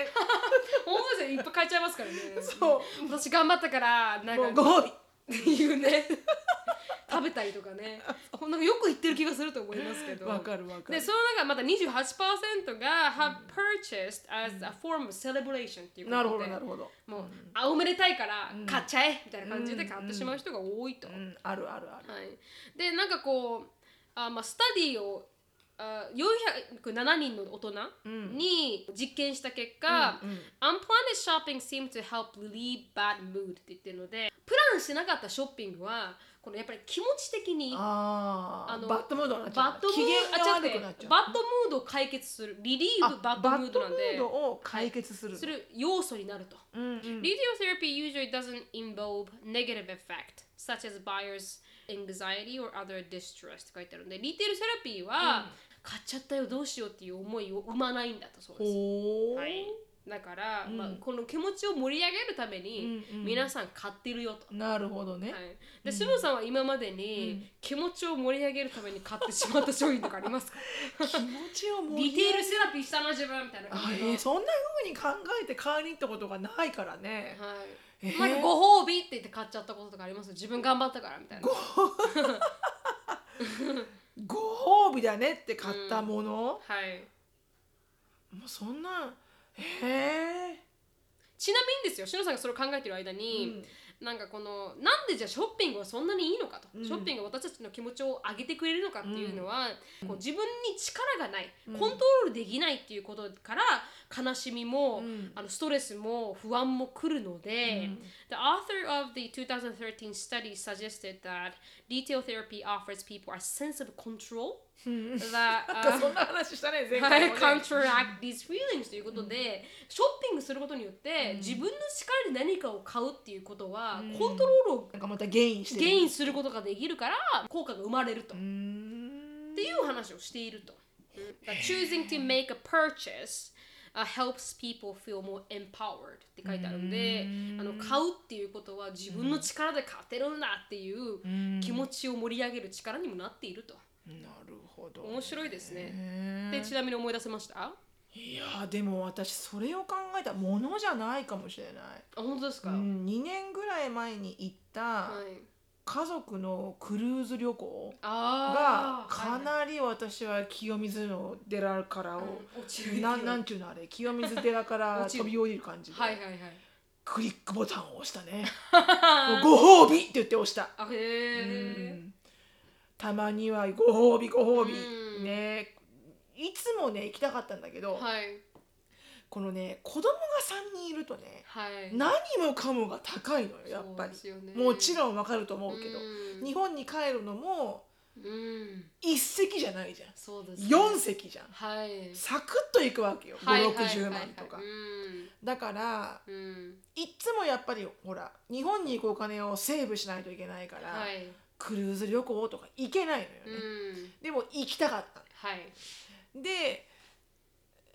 A: ホームページでいっぱい書いちゃいますからね
B: そう
A: 私頑張ったからな
B: もうん
A: か
B: ご褒美
A: っていうね *laughs* 食べたりとかねこんなよく言ってる気がすると思いますけど
B: わかるわか
A: で
B: る
A: その中また28%が have purchased as a form of celebration っていうことで
B: なるほどなるほど、
A: もう、あおめでたいから
B: うん
A: 買っちゃえみたいな感じで買ってしまう人が多いと、
B: うん、あるあるある
A: はい、でなんかこうあ、まあ、スタディをあ407人の大人
B: うん
A: に実験した結果、
B: うんうん
A: Unplanned shopping seemed to help relieve bad mood って言ってるのでプランしてなかったショッピングはこのやっぱり気持ち的にバ
B: あー
A: あの
B: バッドムードになっちゃう
A: ッドム
B: 機嫌
A: ード
B: が
A: あ違
B: 悪
A: う
B: く
A: ね
B: なっちゃう
A: バッドムードを解決するリリーブバッドムードなん
B: バッ
A: で
B: ドムードを解決する
A: する要素になると。
B: うんうん、
A: Radiotherapy usually doesn't involve negative effect, such as buyer's anxiety or other distress って書いてあるんで、リテールセラピーは、買っちゃったよ、どうしようっていう思いを生まないんだとそうです。
B: ほー
A: はい、だから、
B: うん
A: まあ、この気持ちを盛り上げるために、
B: うんうん
A: 皆さん買ってるよと。
B: なるほどね、
A: はい、で、しのさんは今までに気持ちを盛り上げるために買ってしまった商品とかあり
B: *laughs*
A: ますか
B: 気持ちをも
A: リテールセラピーしたな自分みたいな
B: あ
A: 感じの
B: えーそんな風に考えて買いに行ったことがないからね。
A: はい、
B: えー
A: なんかご褒美って言って買っちゃったこととかあります自分頑張ったからみたいな
B: ご褒美だねって買ったもの、も
A: はい。
B: うそんなへえ、
A: ちなみにですよ、しのさんがそれを考えてる間に、なんかこの、なんでじゃあショッピングはそんなにいいのかと、
B: うん
A: ショッピングが私たちの気持ちを上げてくれるのかっていうのは、こう自分に力がない、
B: うん
A: コントロールできないっていうことから、悲しみも、
B: うん
A: あのストレスも不安も来るので、
B: うん
A: The author of the 2013 study suggested that detail therapy offers people a sense of control
B: うん *laughs* なん
A: that
B: か
A: uh,
B: そんな話したね前
A: は
B: 回
A: い、
B: もね
A: counteract these feelings ということで、ショッピングすることによって、自分の力で何かを買うっていうことは、
B: うん
A: コントロールを
B: なんかまたゲインしてる
A: ゲインすることができるから効果が生まれると、
B: うー
A: っ
B: ん
A: ていう話をしていると。うんだから choosing to make a purchase uh, helps people feel more empowered って書いてあるんで、
B: うん
A: あの買うっていうことは自分の力で買ってるんだっていう
B: うん
A: 気持ちを盛り上げる力にもなっていると。
B: なるほど
A: 面白いですね。
B: ね
A: でちなみに思い出せましたあ
B: いやーでも私それを考えたらものじゃないかもしれない、
A: 本当です
B: う
A: か、
B: ん、2年ぐらい前に行った
A: はい
B: 家族のクルーズ旅行が
A: あー
B: かなり私は清水の寺からを
A: はいはいうん落ちる
B: ななんていうのあれ清水寺から
A: *laughs* 落ちる
B: 飛び降りる感じで
A: はいはいはい
B: クリックボタンを押したねご褒美って言って押した
A: *laughs* あへ
B: う
A: え
B: んたまにはご褒美ご褒
A: う
B: 美
A: ん
B: ねいつもね行きたかったんだけど、
A: はい
B: このね子供が3人いるとね
A: はい
B: 何もかもが高いのよやっぱり、もち
A: ん
B: ろんわかると思うけど、日本に帰るのも
A: うん、うん、
B: 1席じゃないじゃん
A: そうですね
B: 4席じゃん
A: はい
B: サクッといくわけよ
A: はいはい
B: 560万とか
A: はいはい
B: だから
A: うんうん
B: いっつもやっぱりほら日本に行くお金をセーブしないといけないから、
A: はい
B: クルーズ旅行とか行けないの
A: う
B: よね、
A: ん
B: でも行きたかった
A: はい
B: ので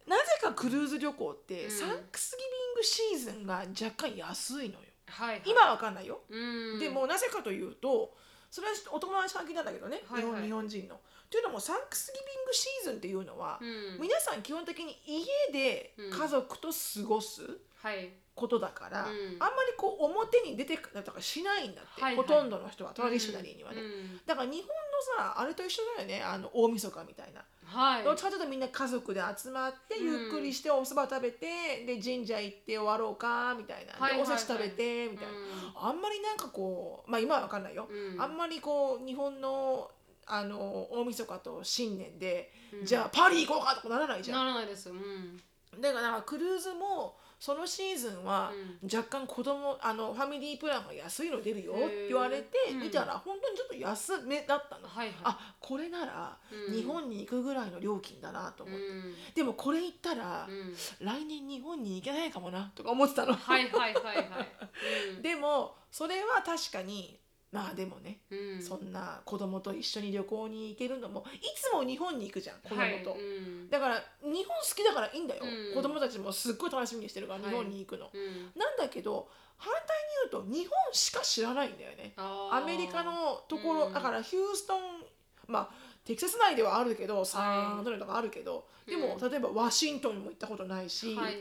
B: なぜかクルーズ旅行って、
A: うん
B: サンクスギビングシーズンが若干安いのよ
A: はい
B: 今はわかんないよ、
A: うん
B: でもなぜかというとそれはお友達関係なんだけどね、
A: はいはい
B: 日本日本人の。というのもサンクスギビングシーズンっていうのは
A: う、ん
B: 皆さん基本的に家で家族と過ごす
A: はい
B: ことだか
A: う
B: ら、
A: ん
B: あんまりこう表に出てくとかしないんだって、
A: はいはい
B: ほとんどの人はトラディショナリーにはね。
A: うん
B: だから日本のさあれと一緒だよねあの大晦日みたいな、
A: はい
B: どっちかというとみんな家族で集まって
A: うん
B: ゆっくりしてお蕎麦食べてで神社行って終わろうかみたいな、で
A: はいはいはい
B: おせち食べてみたいな、
A: う
B: あんまりなんかこうまあ今は分かんないよ、
A: うん
B: あんまりこう日本のあの大晦日と新年で、
A: うん
B: じゃあパリ行こうかとかならないじゃん
A: ならないですうん
B: だからなんかクルーズもそのシーズンは若干子供あのファミリープランが安いの出るよっ
A: へー
B: て言われて
A: うん
B: 見たら本当にちょっと安めだったの、
A: はいはい
B: あこれなら
A: うん
B: 日本に行くぐらいの料金だなと
A: う
B: 思って、
A: ん
B: でもこれ行ったら
A: うん
B: 来年日本に行けないかもなとか思ってたの、
A: はいはいはいはいうん
B: *laughs* でもそれは確かにまあでもね、
A: うん
B: そんな子供と一緒に旅行に行けるのもいつも日本に行くじゃん子供と、
A: はいうん
B: だから日本好きだからいいんだよ、
A: うん
B: 子供たちもすっごい楽しみにしてるから
A: はい
B: 日本に行くの、
A: うん
B: なんだけど反対に言うと日本しか知らないんだよね
A: あー
B: アメリカのところ、
A: うん
B: だからヒューストンまあテキサス内ではあるけどサ
A: は
B: ー
A: い
B: ンドレとかあるけど、でも
A: う
B: 例えばワシントンにも行ったことないし、
A: はい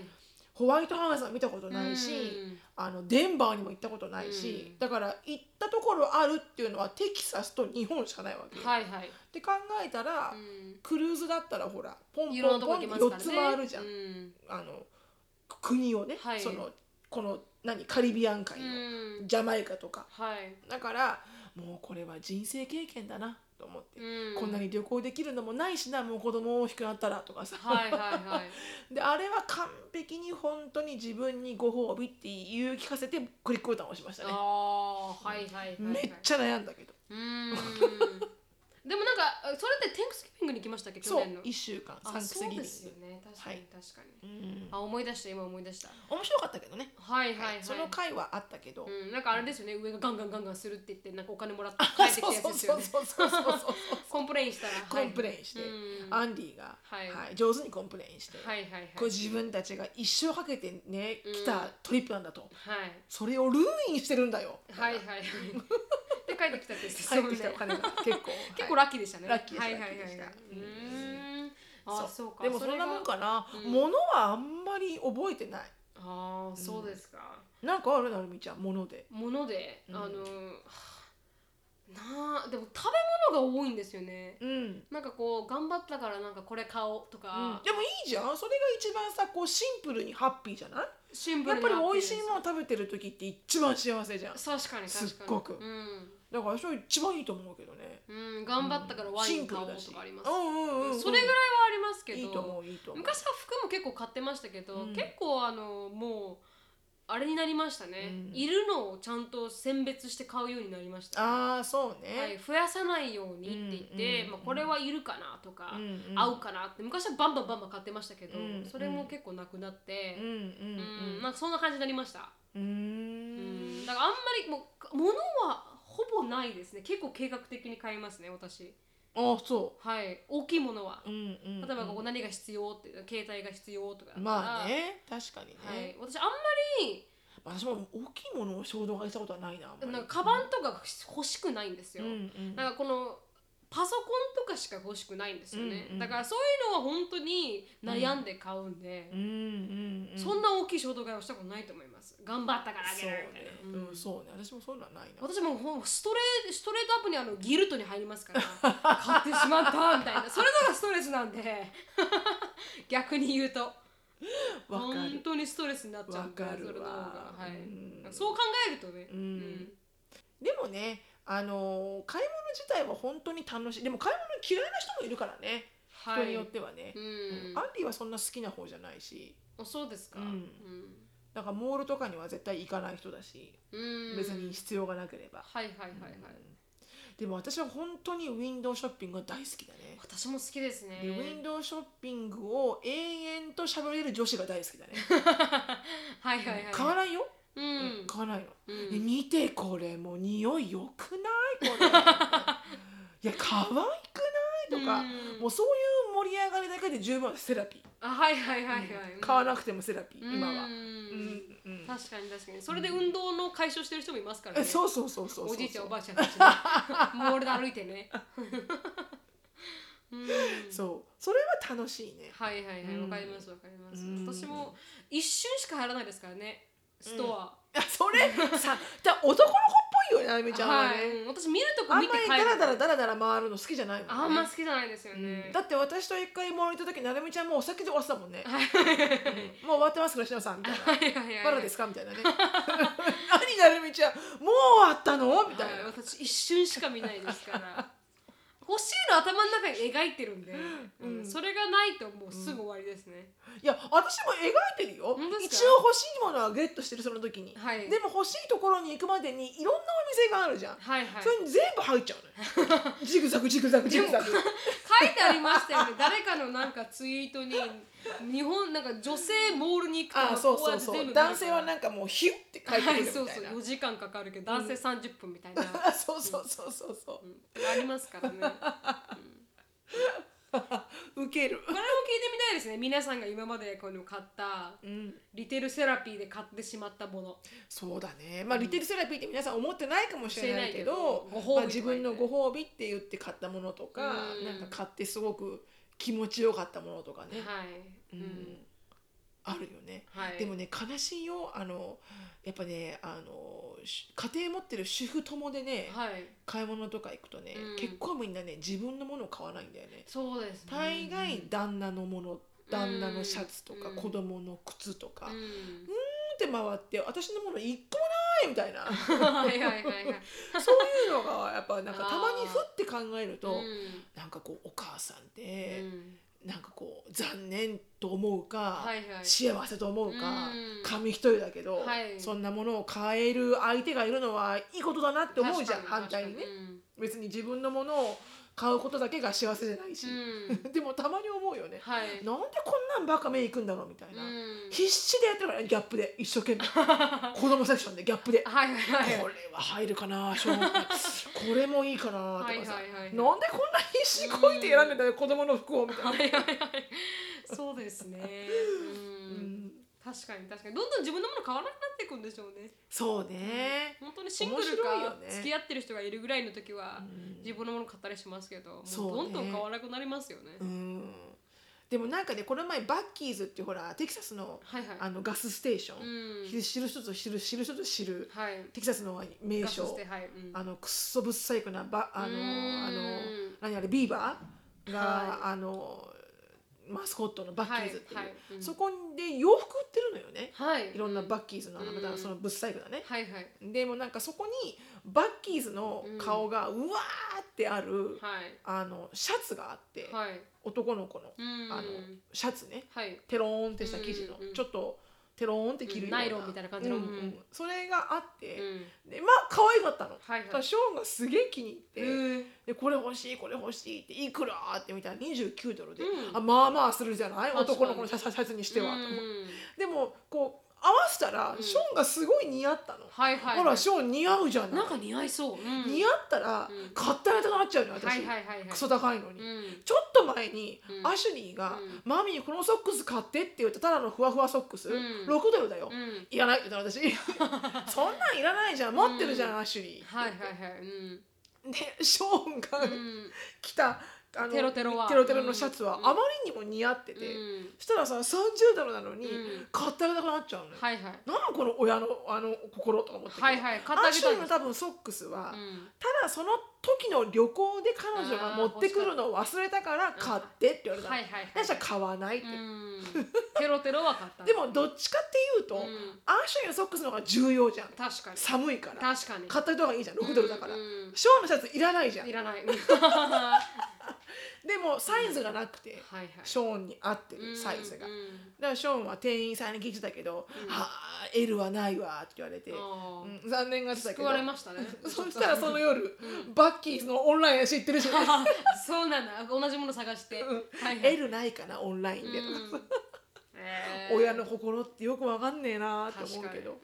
B: ホワイトハウスは見たことないし、
A: うん
B: あのデンバーにも行ったことないし、
A: うん
B: だから行ったところあるっていうのはテキサスと日本しかないわけよ、
A: はいはい
B: って考えたら、
A: うん
B: クルーズだったらほらポン
A: いろん
B: ポ
A: な
B: ン
A: とこ
B: ポ
A: 行
B: ン
A: けます
B: 4
A: からね
B: つ回るじゃん、
A: うん
B: あの国をね、
A: はい
B: そのこの何カリビアン海
A: う
B: の、
A: ん
B: ジャマイカとか
A: はい
B: だからもうこれは人生経験だなと思って、
A: うん
B: こんなに旅行できるのもないしなもう子供大きくなったらとかさ、
A: はいはいはい
B: であれは完璧に本当に自分にご褒美って言い聞かせてクリックボタンを押しましたね
A: ああはいはいはいはい
B: めっちゃ悩んだけど、
A: うーんでもなんかそれってテンクスギビングに行きましたっけ去
B: そう
A: 年の
B: 1週間サン
A: あ
B: クスギ
A: そう
B: ビング
A: ですよね確かに
B: はい
A: 確かに、
B: うん
A: あ思い出した今思い出した
B: 面白かったけどね、
A: はいはいはい、
B: その回はあったけど、
A: うん、なんかあれですよね上がガンガンガンガンするって言ってなんかお金もらって帰ってきたや
B: *laughs*
A: つですよね
B: そうそうそうそうそうそう
A: コンプレインしたら
B: コンプレインして、
A: はいうん
B: アンディが、
A: はい
B: 上手にコンプレインして、
A: はいはいはい
B: こう自分たちが一生かけてね
A: うん
B: 来たトリップなんだと、
A: はい
B: それをルーインしてるんだよ
A: はいはいはいで帰ってきたって
B: 入ってきたお
A: そうね *laughs*
B: 金が結構
A: 結構
B: は
A: ラ
B: い
A: ッキーでしたね
B: ラッキーでした
A: はいはいはい
B: ラッキーでした
A: うーんあそうか
B: でもそ
A: れ
B: ん
A: が
B: なもんかな、
A: うん
B: 物はあんまり覚えてない
A: ああそうですか、
B: なんかあるなるみちゃん物で
A: もので、
B: うん
A: あのはあなあでも食べ物が多いんですよね
B: うん、うん
A: なんかこう頑張ったからなんかこれ買おうとか、
B: でもいいじゃんそれが一番さこうシンプルにハッピーじゃない
A: シンプ
B: や
A: ル
B: っ
A: な
B: ぱり美味しい
A: ア
B: もの食べてる時って一番幸せじゃん
A: ピールです確かに確かに
B: すっごく
A: うん、
B: だからそれ一番いいと思うけどね
A: うん、頑張ったからワイ
B: シ
A: ン
B: ンプ
A: 買お
B: ル
A: う
B: だ
A: と
B: し
A: かあります、
B: うんうんうん
A: それぐらいはありますけど
B: いいと思ういいと思う
A: 昔は服も結構買ってましたけど、
B: うん
A: 結構あのもうあれになりましたね、
B: うん
A: いるのをちゃんと選別して買うようになりました、
B: ああそうね、
A: はい、増やさないようにって言って、
B: うん
A: まあ、これはいるかなとか、
B: うんうん
A: 合うかなって昔はバンバンバンバン買ってましたけど、
B: うん
A: それも結構なくなっ
B: うん
A: て、
B: うん
A: うんなんかそんな感じになりました、
B: うんう
A: うんん、だからあんまりもう物はほぼないですね結構計画的に買いますね私
B: あそ
A: はい大きいものは
B: う、うんうんうん、
A: 例えばここ何が必要って携帯が必要とかだったら
B: まあね確かにね、
A: はい、私あんまり
B: まあ私も大きいものを衝動買いしたことはないなあんまり
A: なんかカバンとか欲しくないんですよ、
B: うんうん
A: なんかこのパソコンとかしか欲しくないんですよね、
B: うんうん
A: だからそういうのは本当に悩んで買うんで、
B: うんうんうん
A: そんな大きい衝動買いをしたことないと思います。頑張ったからあげ
B: そう
A: る
B: ね
A: みたいな。、
B: うん
A: うん
B: そうね私もそんなのないな
A: 私もほんストレストレートアップにあのギルトに入りますから買ってしまったみたいなそれのがストレスなんで *laughs* 逆に言うと
B: わか
A: 本
B: る
A: 当にストレスになっちゃう
B: わ
A: んで
B: か
A: それ
B: る
A: の方が
B: わ、
A: はい
B: うん
A: そう考えるとね、
B: うんでもねあのー買い物自体は本当に楽しいでも買い物嫌いな人もいるからね、
A: はい、
B: 人によってはね
A: う、
B: うん
A: ん
B: アンディはそんな好きな方じゃないし
A: あそうですか、
B: う
A: うんん
B: なんかモールとかには絶対行かない人だし、
A: うん
B: 別に必要がなければ、
A: はいはいはいはい、
B: うんでも私は本当にウィンドウショッピングが大好きだね、
A: 私も好きですね
B: でウィンドウショッピングを永遠と喋れる女子が大好きだね
A: はいはいはい
B: 買わないよ、
A: うん、
B: 買わないの、
A: うん
B: え見てこれもう匂いよくない
A: *laughs*
B: これいや可愛くないとか、
A: うん
B: もうそういう盛り上がりだけで十分セラピー、
A: あはいはいはいはい、
B: 買わなくてもセラピー、
A: うん
B: 今は
A: う、ん
B: うんうん
A: 確かに確かにそれで運動の解消してる人もいますから
B: え
A: ね
B: そうそうそうそうそう
A: おじいちゃんおばあちゃんたち
B: *laughs*
A: ねモールで歩いてねうん
B: そうそれは楽しいね
A: はいはいはい
B: うん
A: わかりますわかります
B: うん
A: 私も一瞬しか入らないですからねストア
B: あそれさだ男の子っぽいよねあゆみちゃんはね、
A: はいうん私見るとこ
B: あん
A: 見て
B: まり
A: 帰る
B: ダラダラダラダラ回るの好きじゃないもん、ね、
A: あんま好きじゃないですよ
B: う
A: ね
B: んだって私と一回も行った時なるみちゃんもうお酒で終わってたもんね、うんもう終わってますからしのさんみたい
A: はいはいは
B: ないまだですかみたいなね何なるみちゃんもう終わったのみたい
A: はい
B: な *laughs*
A: 私一瞬しか見ないですから子供欲しいの頭の中に描いてるんで、うん
B: うん
A: それがないともうすぐ終わりですね、
B: いや私も描いてるよ
A: 本当です
B: 一
A: か
B: 応欲しいものはゲットしてるその時に、
A: はい
B: でも欲しいところに行くまでにいろんなお店があるじゃん、
A: はいはい
B: それに全部入っちゃう
A: *laughs*
B: のよジグザグジグザグジグザグ
A: 書いてありましたよね誰かのなんかツイートに日本なんか女性モールに行く
B: ああそう
A: こ
B: そうそう
A: やって全部見るから
B: 男性はなんかもうヒュッて書いて
A: は
B: る
A: い
B: みたいな、
A: そうそう4時間かかるけど男性30分みたいな、
B: あそうそうそうそうそ
A: うんありますからねこれも聞いう
B: ウケる、
A: てみたいですね皆さんが今までこの買った
B: うん、
A: リテールセラピーで買ってしまったもの
B: そうだねまあリテールセラピーって皆さん思ってないかもしれないけど
A: してないけどご褒美とか
B: まあ、自分のご褒美って言って買ったものとか
A: うん
B: なんか買ってすごく気持ちよかったものとかね、
A: はい、う
B: う
A: んん
B: あるよね
A: はい、
B: でもね悲しいよあのやっぱねあのし家庭持ってる主婦ともでね、
A: はい
B: 買い物とか行くとね、
A: うん
B: 結構みんなね自分のものを買わないんだよね
A: そうですね
B: 大概旦那のもの旦那のシャツとか、
A: うん
B: 子供の靴とか、
A: う
B: うん
A: ん
B: って回って私のもの一個もないみたいな *laughs*
A: はいはいはいはい
B: そういうのがやっぱなんか
A: あー
B: たまにふって考える *laughs* と、
A: うん
B: なんかこうお母さんっ
A: う
B: て、
A: ん
B: なんかこう残念と思うか、
A: はいはい
B: 幸せと思うか、
A: うん
B: 紙一重だけど、
A: はい
B: そんなものを買える相手がいるのはいいことだなって思うじゃん
A: 確か
B: 反対にね
A: 確かうん
B: 別に自分のものを買うことだけが幸せじゃないし、
A: うん、
B: でもたまに思うよね、
A: はい。
B: なんでこんなんばっか目いくんだろうみたいな、
A: うん
B: 必死でやってるからねギャップで一生
A: *laughs*
B: 懸命子供セクションでギャップで
A: はいはい
B: こ
A: はい。
B: れは入るかなしょう
A: *laughs*
B: がないこれもいいかなとかさ、
A: はいはいはいはい
B: なんでこんな必死こいて選んでたよ、子供の服をみたいな、
A: はいはいはい。そうですね。う。
B: うんん
A: 確かに確かに。どんどん自分のもの買わなくなっていくんでしょうね。
B: そうね、
A: 本当にシングル
B: 面白いよ
A: か
B: ね
A: 付き合ってる人がいるぐらいの時は
B: うん
A: 自分のもの買ったりしますけど、もう
B: そうね
A: どんどん買わなくなりますよね。
B: うん、でもなんかねこの前バッキーズっていうほらテキサスの
A: はいはい。
B: あのガスステーショ
A: う
B: ン、
A: ん。
B: 知る人ぞ知る知る人ぞ知る
A: はい。
B: テキサスの名
A: ガスし
B: 所
A: てはい。うん
B: あのくっそぶっさいくなばあの
A: うーん
B: あの何あれビーバーが、
A: は
B: あのマスコットのバッキーズっていう、
A: はいはいうん
B: そこで洋服売ってるのよね、
A: はい。
B: いろんなバ
A: ッ
B: ッキーズの
A: うん
B: またそのぶっさいくだね、
A: はいはい。
B: でもなんかそこにバッキーズの顔がうわーってある、
A: は
B: あのシャツがあって、
A: い。はい。
B: 男の子の
A: うん。
B: あのシャツね
A: はい。
B: テローンってした生地の、
A: うんうん
B: ちょっとテローンって着るような、
A: うんナイロンみたいな感じの
B: うんうん
A: うん
B: それがあっ
A: う
B: て、
A: ん。
B: でまあ可愛かったの、
A: はい
B: だか
A: は
B: ら
A: い。
B: ショーンがすげえ気に入って、
A: うん
B: でこれ欲しいこれ欲しいっていくらってみたいな29ドルで、
A: うん
B: あまあまあするじゃない
A: 確かに
B: 男の子のシャシャシャツにしては、
A: うん
B: でもこう合わせたら、
A: うん
B: ショーンがすごい似合ったの、
A: はいはいはい。
B: ほらショーン似合うじゃない
A: なんか似合いそう。うん
B: 似合ったら、
A: うん
B: 買ったらなくなっちゃうのよ私、
A: はいはいはいはい。
B: クソ高いのに、
A: うん
B: ちょっと前に、
A: うん
B: アシュリーが、
A: うん
B: マミーこのソックス買って」って言ってただのふわふわソックス、
A: うん
B: 6ドルだよ、
A: うん。
B: いらないって言った
A: *laughs*
B: の私そんなんいらないじゃん持ってるじゃん、
A: う
B: アシュリー、
A: はいはいはい。うん。
B: でショーンが
A: うん
B: 着た *laughs* あの
A: テロテロは
B: テロテロのシャツは
A: う
B: あ
A: ん
B: まりにも似合ってて、
A: うん
B: そしたらさ30ドルなのに
A: うん
B: 買ってあげたくなっちゃうのよ、
A: はいはい。
B: なんだこの親のあの心とか思ってて、
A: はいはい。買って
B: ア
A: あげ
B: シュ
A: た
B: リ
A: いで
B: ーの
A: す
B: 多分ソックスは、
A: うん
B: ただその時の旅行で彼女が持ってくるのを忘れたから買ってって言われたの、
A: はいはいはい。
B: 私は買わないって、
A: うんテロテロは買った。
B: でもどっちかっていうと、
A: うん
B: アーシュリーのソックスの方が重要じゃん
A: 確かに。
B: 寒いから
A: 確かに。
B: 買った人がいいじゃん6ドルだから、
A: うんうん
B: ショーのシャツいらないじゃん
A: い
B: で
A: らない。うんは
B: もサイズがなくて、
A: いはい。
B: ショーンに合ってるサイズが、
A: うん
B: だからショーンは店員さんに聞いてたけど「はあ L はないわ」って言われて、
A: あ
B: うん残念がってたけ
A: 救
B: ど
A: われましたね。
B: *laughs* そしたらその夜、バッキーのオンラインで知ってるし、ね
A: あ *laughs* そうなんだ。同じもの探して。はいはい。
B: L ないかなオンラインで、
A: うんえー
B: 親の心ってよくわかんねえなって
A: 確
B: 思う
A: か
B: け
A: に、う
B: ど
A: ん、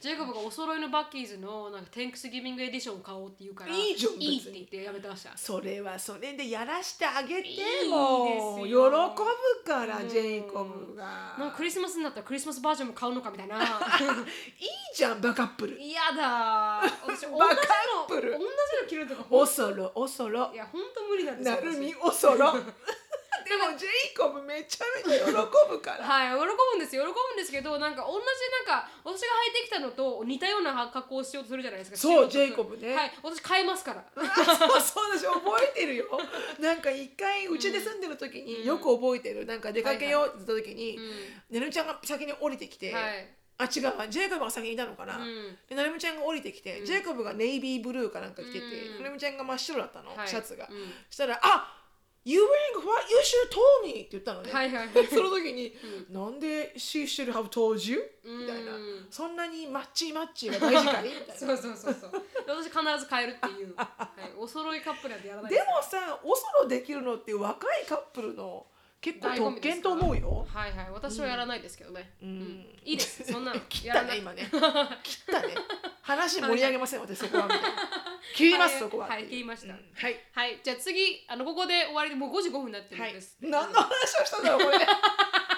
A: ジェイコブがお揃いのバッキーズのなんかテンクスギビングエディションを買おうって言うから
B: いいじゃん
A: いいっ
B: 別
A: て
B: に
A: 言ってやめてました
B: それはそれでやらしてあげて
A: いいですよ
B: もう喜ぶから、
A: うん
B: ジェイコブが
A: なんかクリスマスになったらクリスマスバージョンも買うのかみ
B: *laughs*
A: たいな
B: いいじゃんバカップル
A: 嫌だ私同じの
B: バカップル
A: 同じの着るとか
B: おそろおそろ
A: いや本当無理なんです
B: な
A: よ
B: るみ
A: 私 *laughs*
B: おそろでもジェイコブめちゃめちゃ喜ぶから
A: *laughs* はい喜ぶんですよ喜ぶんですけどなんか同じなんか私が履いてきたのと似たような格好をしようとするじゃないですか
B: そう
A: 白と
B: ジェイコブね
A: はい私買えますから
B: そうそう私覚えてるよなんか一回うちで住んでる時によく覚えてるなんか出かけようって言った時に、ねるみちゃんが先に降りてきて、
A: はい
B: あ違うわジェイコブが先にいたのかな、
A: うん
B: でなるみちゃんが降りてきて、ジェイコブがネイビーブルーかなんか着てて、
A: うん
B: なるみちゃんが真っ白だったの、
A: はい
B: シャツが、
A: うん
B: したら「あ You wearing what you should told me」って言ったのね、
A: はいはいはい
B: で *laughs* その時に「なんで she should have told you?」みたいな、
A: うん
B: そんなにマッチマッチが大事かいみたいな
A: *laughs* そうそうそうそう私必ず買えるっていう、はい、お揃いカップなんてやらない
B: でもさおそろできるのって若いカップルの結構特権と思うよ。
A: はいはい私はやらないですけどね、
B: うん
A: いいです *laughs* そん
B: *laughs*
A: なの
B: 切っ
A: や
B: た
A: らな
B: ね
A: い *laughs*
B: 今ね切ったね話盛り上げません私そこはみたいな切りますそこは
A: はいはい切りました
B: うんはい
A: はいじゃあ次あのここで終わりでもう55分になって
B: は
A: るん
B: い
A: です、
B: 何の話をしたんだろうこれ
A: *laughs*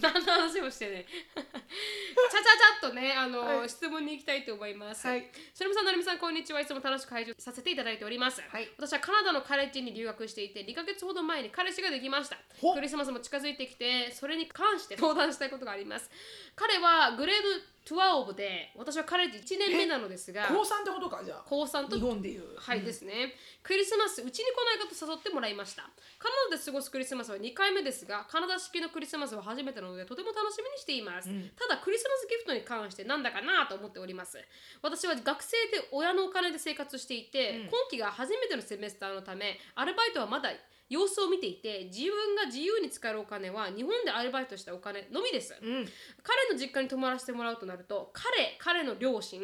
A: 何の話をしてね *laughs* ちゃちゃちゃっとねあの、
B: はい
A: 質問に行きたいと思います、
B: はい
A: しのぶさんなるみさんこんにちはいつも楽しく会場させていただいております、
B: はい
A: 私はカナダのカレッジに留学していて2ヶ月ほど前に彼氏ができました
B: ほ
A: クリスマスも近づいてきてそれに関して相談したいことがあります彼はグレード12で私はカレッジ1年目なのですが
B: 高三ってことかじゃあ
A: 高3と
B: 日本でいう
A: はいですね、クリスマスうちに来ないかと誘ってもらいましたカナダで過ごすクリスマスは2回目ですがカナダ式のクリスマスは初めてなのでとても楽しみにしています、ただクリスマスギフトに関してなんだかなと思っております私は学生で親のお金で生活していて、今期が初めてのセメスターのためアルバイトはまだ様子を見ていて自分が自由に使えるお金は日本でアルバイトしたお金のみです、
B: うん
A: 彼の実家に泊まらせてもらうとなると彼彼の両親、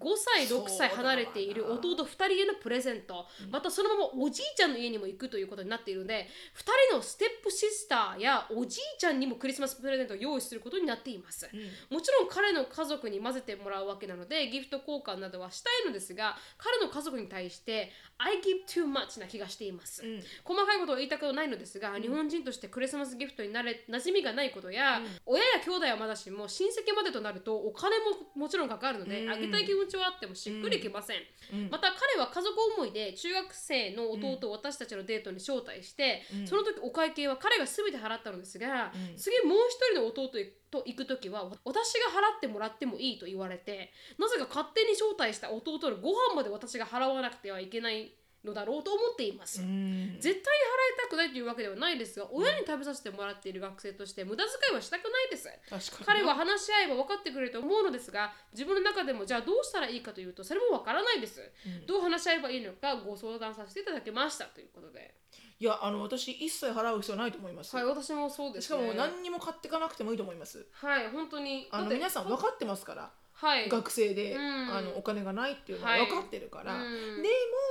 A: 5歳
B: そ
A: 6
B: うだ
A: 歳離れている弟2人へのプレゼント、またそのままおじいちゃんの家にも行くということになっているので2人のステップシスターやおじいちゃんにもクリスマスプレゼントを用意することになっています、もちろん彼の家族に混ぜてもらうわけなのでギフト交換などはしたいのですが彼の家族に対して I give too much な気がしています、
B: うん
A: 細かいことを言いたくはないのですが、日本人としてクリスマスギフトになれ馴染みがないことや、親や兄弟はまだしも親戚までとなるとお金ももちろんかかるので、
B: うん
A: あげたい気持ちはあってもしっくりきません、
B: うん
A: また彼は家族思いで中学生の弟を私たちのデートに招待して、その時お会計は彼が全て払ったのですが、
B: うん
A: 次もう一人の弟と行く時は私が払ってもらってもいいと言われてなぜか勝手に招待した弟のご飯まで私が払わなくてはいけないのだろうと思っています、
B: うん
A: 絶対に払いたくないというわけではないですが親に食べさせてもらっている学生として無駄遣いはしたくないです
B: 確かに
A: 彼は話し合えば分かってくれると思うのですが自分の中でもじゃあどうしたらいいかというとそれも分からないです、どう話し合えばいいのかご相談させていただきましたということで
B: いやあの私一切払う必要ないと思います
A: はい私もそうで
B: し
A: す、
B: か
A: ね、
B: も何にも買っていかなくてもいいと思います
A: はい本当に
B: あの
A: だって
B: 皆さん分かってますから
A: はい
B: 学生で、
A: うん
B: あのお金がないっていうのは
A: はい
B: 分かってるから、
A: うん
B: で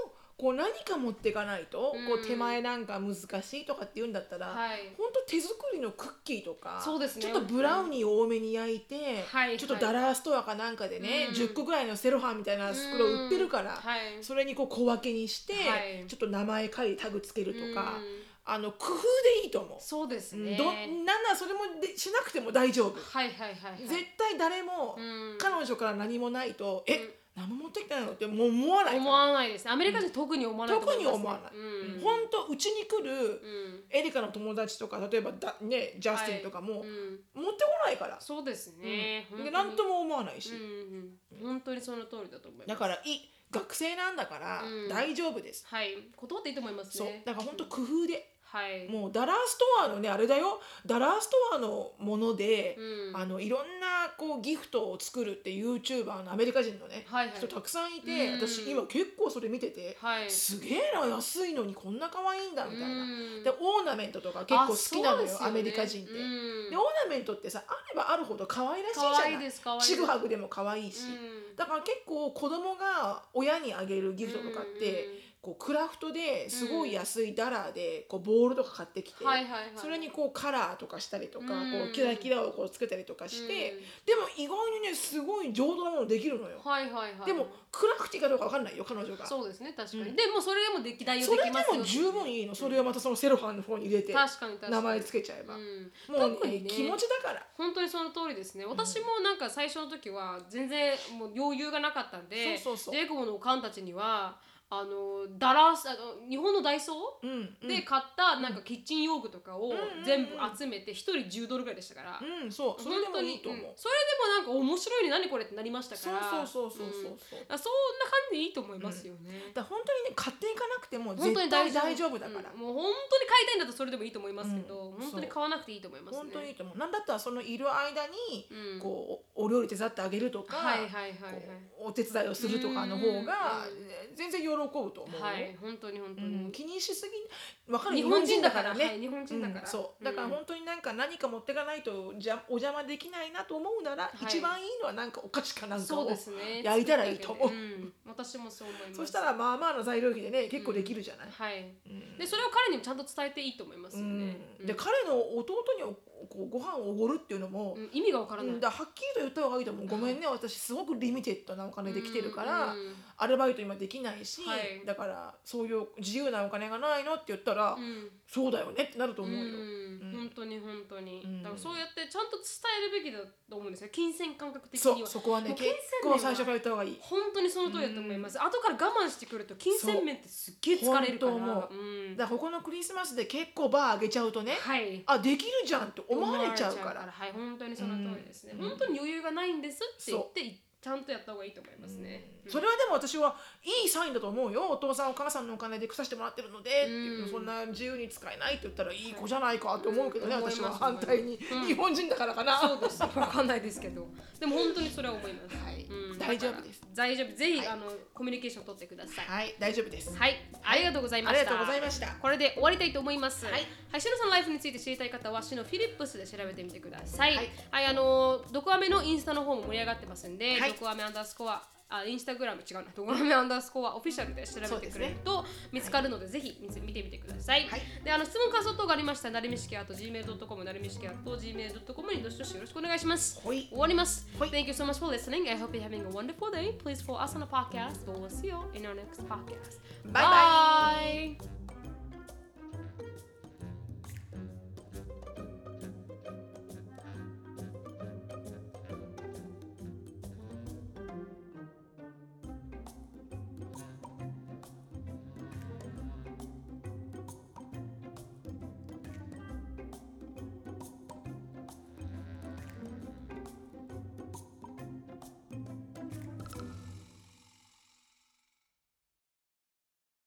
B: もこう何か持っていかないと、
A: うん
B: こう手前なんか難しいとかって言うんだったら、
A: はい
B: ほんと手作りのクッキーとか
A: そうですね
B: ちょっとブラウニー多めに焼いて、
A: はい
B: ちょっとダラーストアかなんかでね、
A: うん
B: 10個ぐらいのセロハンみたいな袋売ってるから、
A: はい
B: それにこう小分けにして、
A: はい
B: ちょっと名前書いてタグつけるとか、
A: うん
B: あの工夫でいいと思う。
A: そうですね
B: どなんならそれもでしなくても大丈夫。
A: はいはいはい、はい、
B: 絶対誰も
A: うん
B: 彼女から何もないと、
A: う
B: え
A: ん
B: 何も持ってきてないのってもう思わないか
A: 思
B: ら
A: わないですねアメリカ人特に思わないと
B: 特に
A: ます
B: 思わな
A: う
B: い
A: ん、
B: 本当うちに来る
A: うん
B: エリカの友達とか例えばだ、ね、ジャスティンとかも、
A: うん
B: 持ってこないから、
A: そうですね。
B: で
A: 本当に
B: 何とも思わないし、
A: うんうん、本当にその通りだと思います。
B: だからいい学生なんだから
A: うん
B: 大丈夫です、
A: はい、断っていいと思います
B: そう
A: ね。
B: だから本当工夫で、
A: はい。
B: もうダラーストアのねあれだよダラーストアのもので、
A: うん
B: あのいろんなこうギフトを作るって YouTuber のアメリカ人のね、
A: はいはい
B: 人たくさんいて、
A: うん
B: 私今結構それ見てて、
A: はい。
B: すげえな安いのにこんな可愛いんだみたいな、
A: うん
B: でオーナメントとか結構好きなの
A: あそ
B: よ
A: うですね
B: アメリカ人って、
A: うん
B: でオーナメントってさあればあるほど可愛らしいじ
A: 可
B: ゃ
A: 愛い
B: ない
A: です。可愛いです。
B: ちぐはぐでも可愛いし、
A: うん
B: だから結構子供が親にあげるギフトとかって、
A: うんうんうん
B: こうクラフトですごい安いダラーでこうボールとか買ってきて、
A: はいはいはい。
B: それにこうカラーとかしたりとか、
A: うん
B: こうキラキラをこうつけたりとかして、
A: うん
B: でも意外にねすごい上等なものできるのよ、
A: はいはいはい。
B: でも暗くていいかどうかわかんないよ彼女が。
A: そうですね確かに。
B: うん
A: でもそれでもでき代用
B: そ
A: で
B: れ
A: き
B: で
A: ますよ。
B: も十分いいのそれをまたそのセロハンの方に入れて
A: 確かに確かに。
B: 名前つけちゃえば、
A: うん、
B: もう、
A: 特
B: ね
A: にね
B: 気持ちだから
A: 本当にその通りですね私もなんか最初の時は全然もう余裕がなかったんで
B: そうそうそう
A: ジェイコブのおかんたちにはあのダラスあの日本のダイソー、
B: うんうん
A: で買ったなんかキッチン用具とかを
B: うん
A: 全部集めて1人10ドルぐらいでしたから、
B: うんそうそれでもいいと思
A: 本当にうんそれでもなん
B: う
A: か面白いね何これってなりましたか
B: そう
A: ら
B: そうそうそうそう
A: うん
B: そう
A: あそんな感じでいいと思いますよね、
B: だから本当にね買っていかなくても
A: 本
B: 絶
A: 当に
B: 対
A: 大
B: 大
A: 丈夫
B: 丈夫だから
A: うんもう本当に買いたいんだったらそれでもいいと思いますけど、
B: うん
A: 本当に買わなくていいと思いますね
B: 本当にいいと思うなんだったらそのいる間に
A: うん
B: こうお料理手伝ってあげるとか
A: はいはいはいはい
B: こうお手伝いをするとかの方
A: う
B: が
A: ん
B: 全然喜ぶと思うよ
A: はい本当に本当
B: う
A: に、
B: ん気にしすぎわかる
A: 日本人だから
B: 日
A: はい日本人だから
B: うんそうだから
A: うん
B: 本当になんか何か持ってかないとじゃお邪魔できないなと思うなら、
A: い
B: 一番いいのはなんかお菓子かなんか
A: そう
B: を
A: ですね
B: やれたらいいと思う
A: 作ってあげるん私もそう思います
B: そしたらまあまあの材料費でね結構できるじゃない、
A: はい
B: うん
A: でそれを彼にもちゃんと伝えていいと思いますよね、
B: うんで
A: うん
B: 彼の弟におこうご飯をおごるっていうのも、
A: うん意味がわから
B: う
A: ない、
B: ん、だからはっきりと言った方がいいと思うごめんね私すごくリミテッドなお金で来てるから、
A: うんうん
B: アルバイト今できないし、
A: はい
B: だからそういう自由なお金がないのって言ったら、
A: うん
B: そうだよねってなると思うよ。
A: うん
B: うん
A: 本当に本当に、
B: うん
A: だからそうやってちゃんと伝えるべきだと思うんですよ金銭感覚的に
B: そう
A: は
B: そこはね
A: もう
B: 結
A: 金銭面
B: 構
A: は
B: 最初から言った方がいい。
A: 本当にその通りだと思います、後から我慢してくると金銭面ってすっげえ疲れるから
B: そう本当思
A: う、ん、
B: だからここのクリスマスで結構バー上げちゃうとね、
A: はい
B: あできるじゃんって思われちゃうから
A: はい本当にその通りですね、
B: うん
A: 本当に余裕がないんですって言ってちゃんとやった方がいいと思いますね、
B: うんそれはでも私はいいサインだと思うよお父さんお母さんのお金で腐してもらってるのでっていう
A: うん
B: そんな自由に使えないって言ったらいい子じゃないかって思うけどね、
A: うん
B: 私は
A: 思います
B: 反対に、
A: うん
B: 日本人だからかな、
A: そうです。わかんないですけど、でも本当にそれは思います。
B: はい
A: うん
B: 大丈夫です。
A: だから大丈夫。ぜひ、
B: はい
A: あのコミュニケーション取ってください。はい、
B: はい大丈夫です、
A: ありがとうございま
B: あ
A: した。
B: りがとうございました
A: これで終わりたいと思います。
B: はい、
A: はい、しのさんのライフについて知りたい方は、しのフィリップスで調べてみてください。は
B: はいい、
A: あのドクアメのインスタの方も盛り上がってますんで、
B: はい
A: ドクアメアンダースコア。あインスタグラム違うな、ドクアメアンダースコアオフィシャルで調
B: そう
A: べて
B: で
A: く
B: す
A: れ
B: ね
A: ると見つかるので、ぜひ見つ見てみてください。
B: はい
A: で、あの質問感想等がありましたら、なりみしきあと gmail.com、なりみしきあと gmail.com にどしどしよろしくお願いします。
B: ほい
A: 終わります。
B: はい
A: Thank you so much for listening. I hope you're having a wonderful day. Please follow us on the podcast. We'll see you in our next podcast.
B: Bye bye.
A: bye.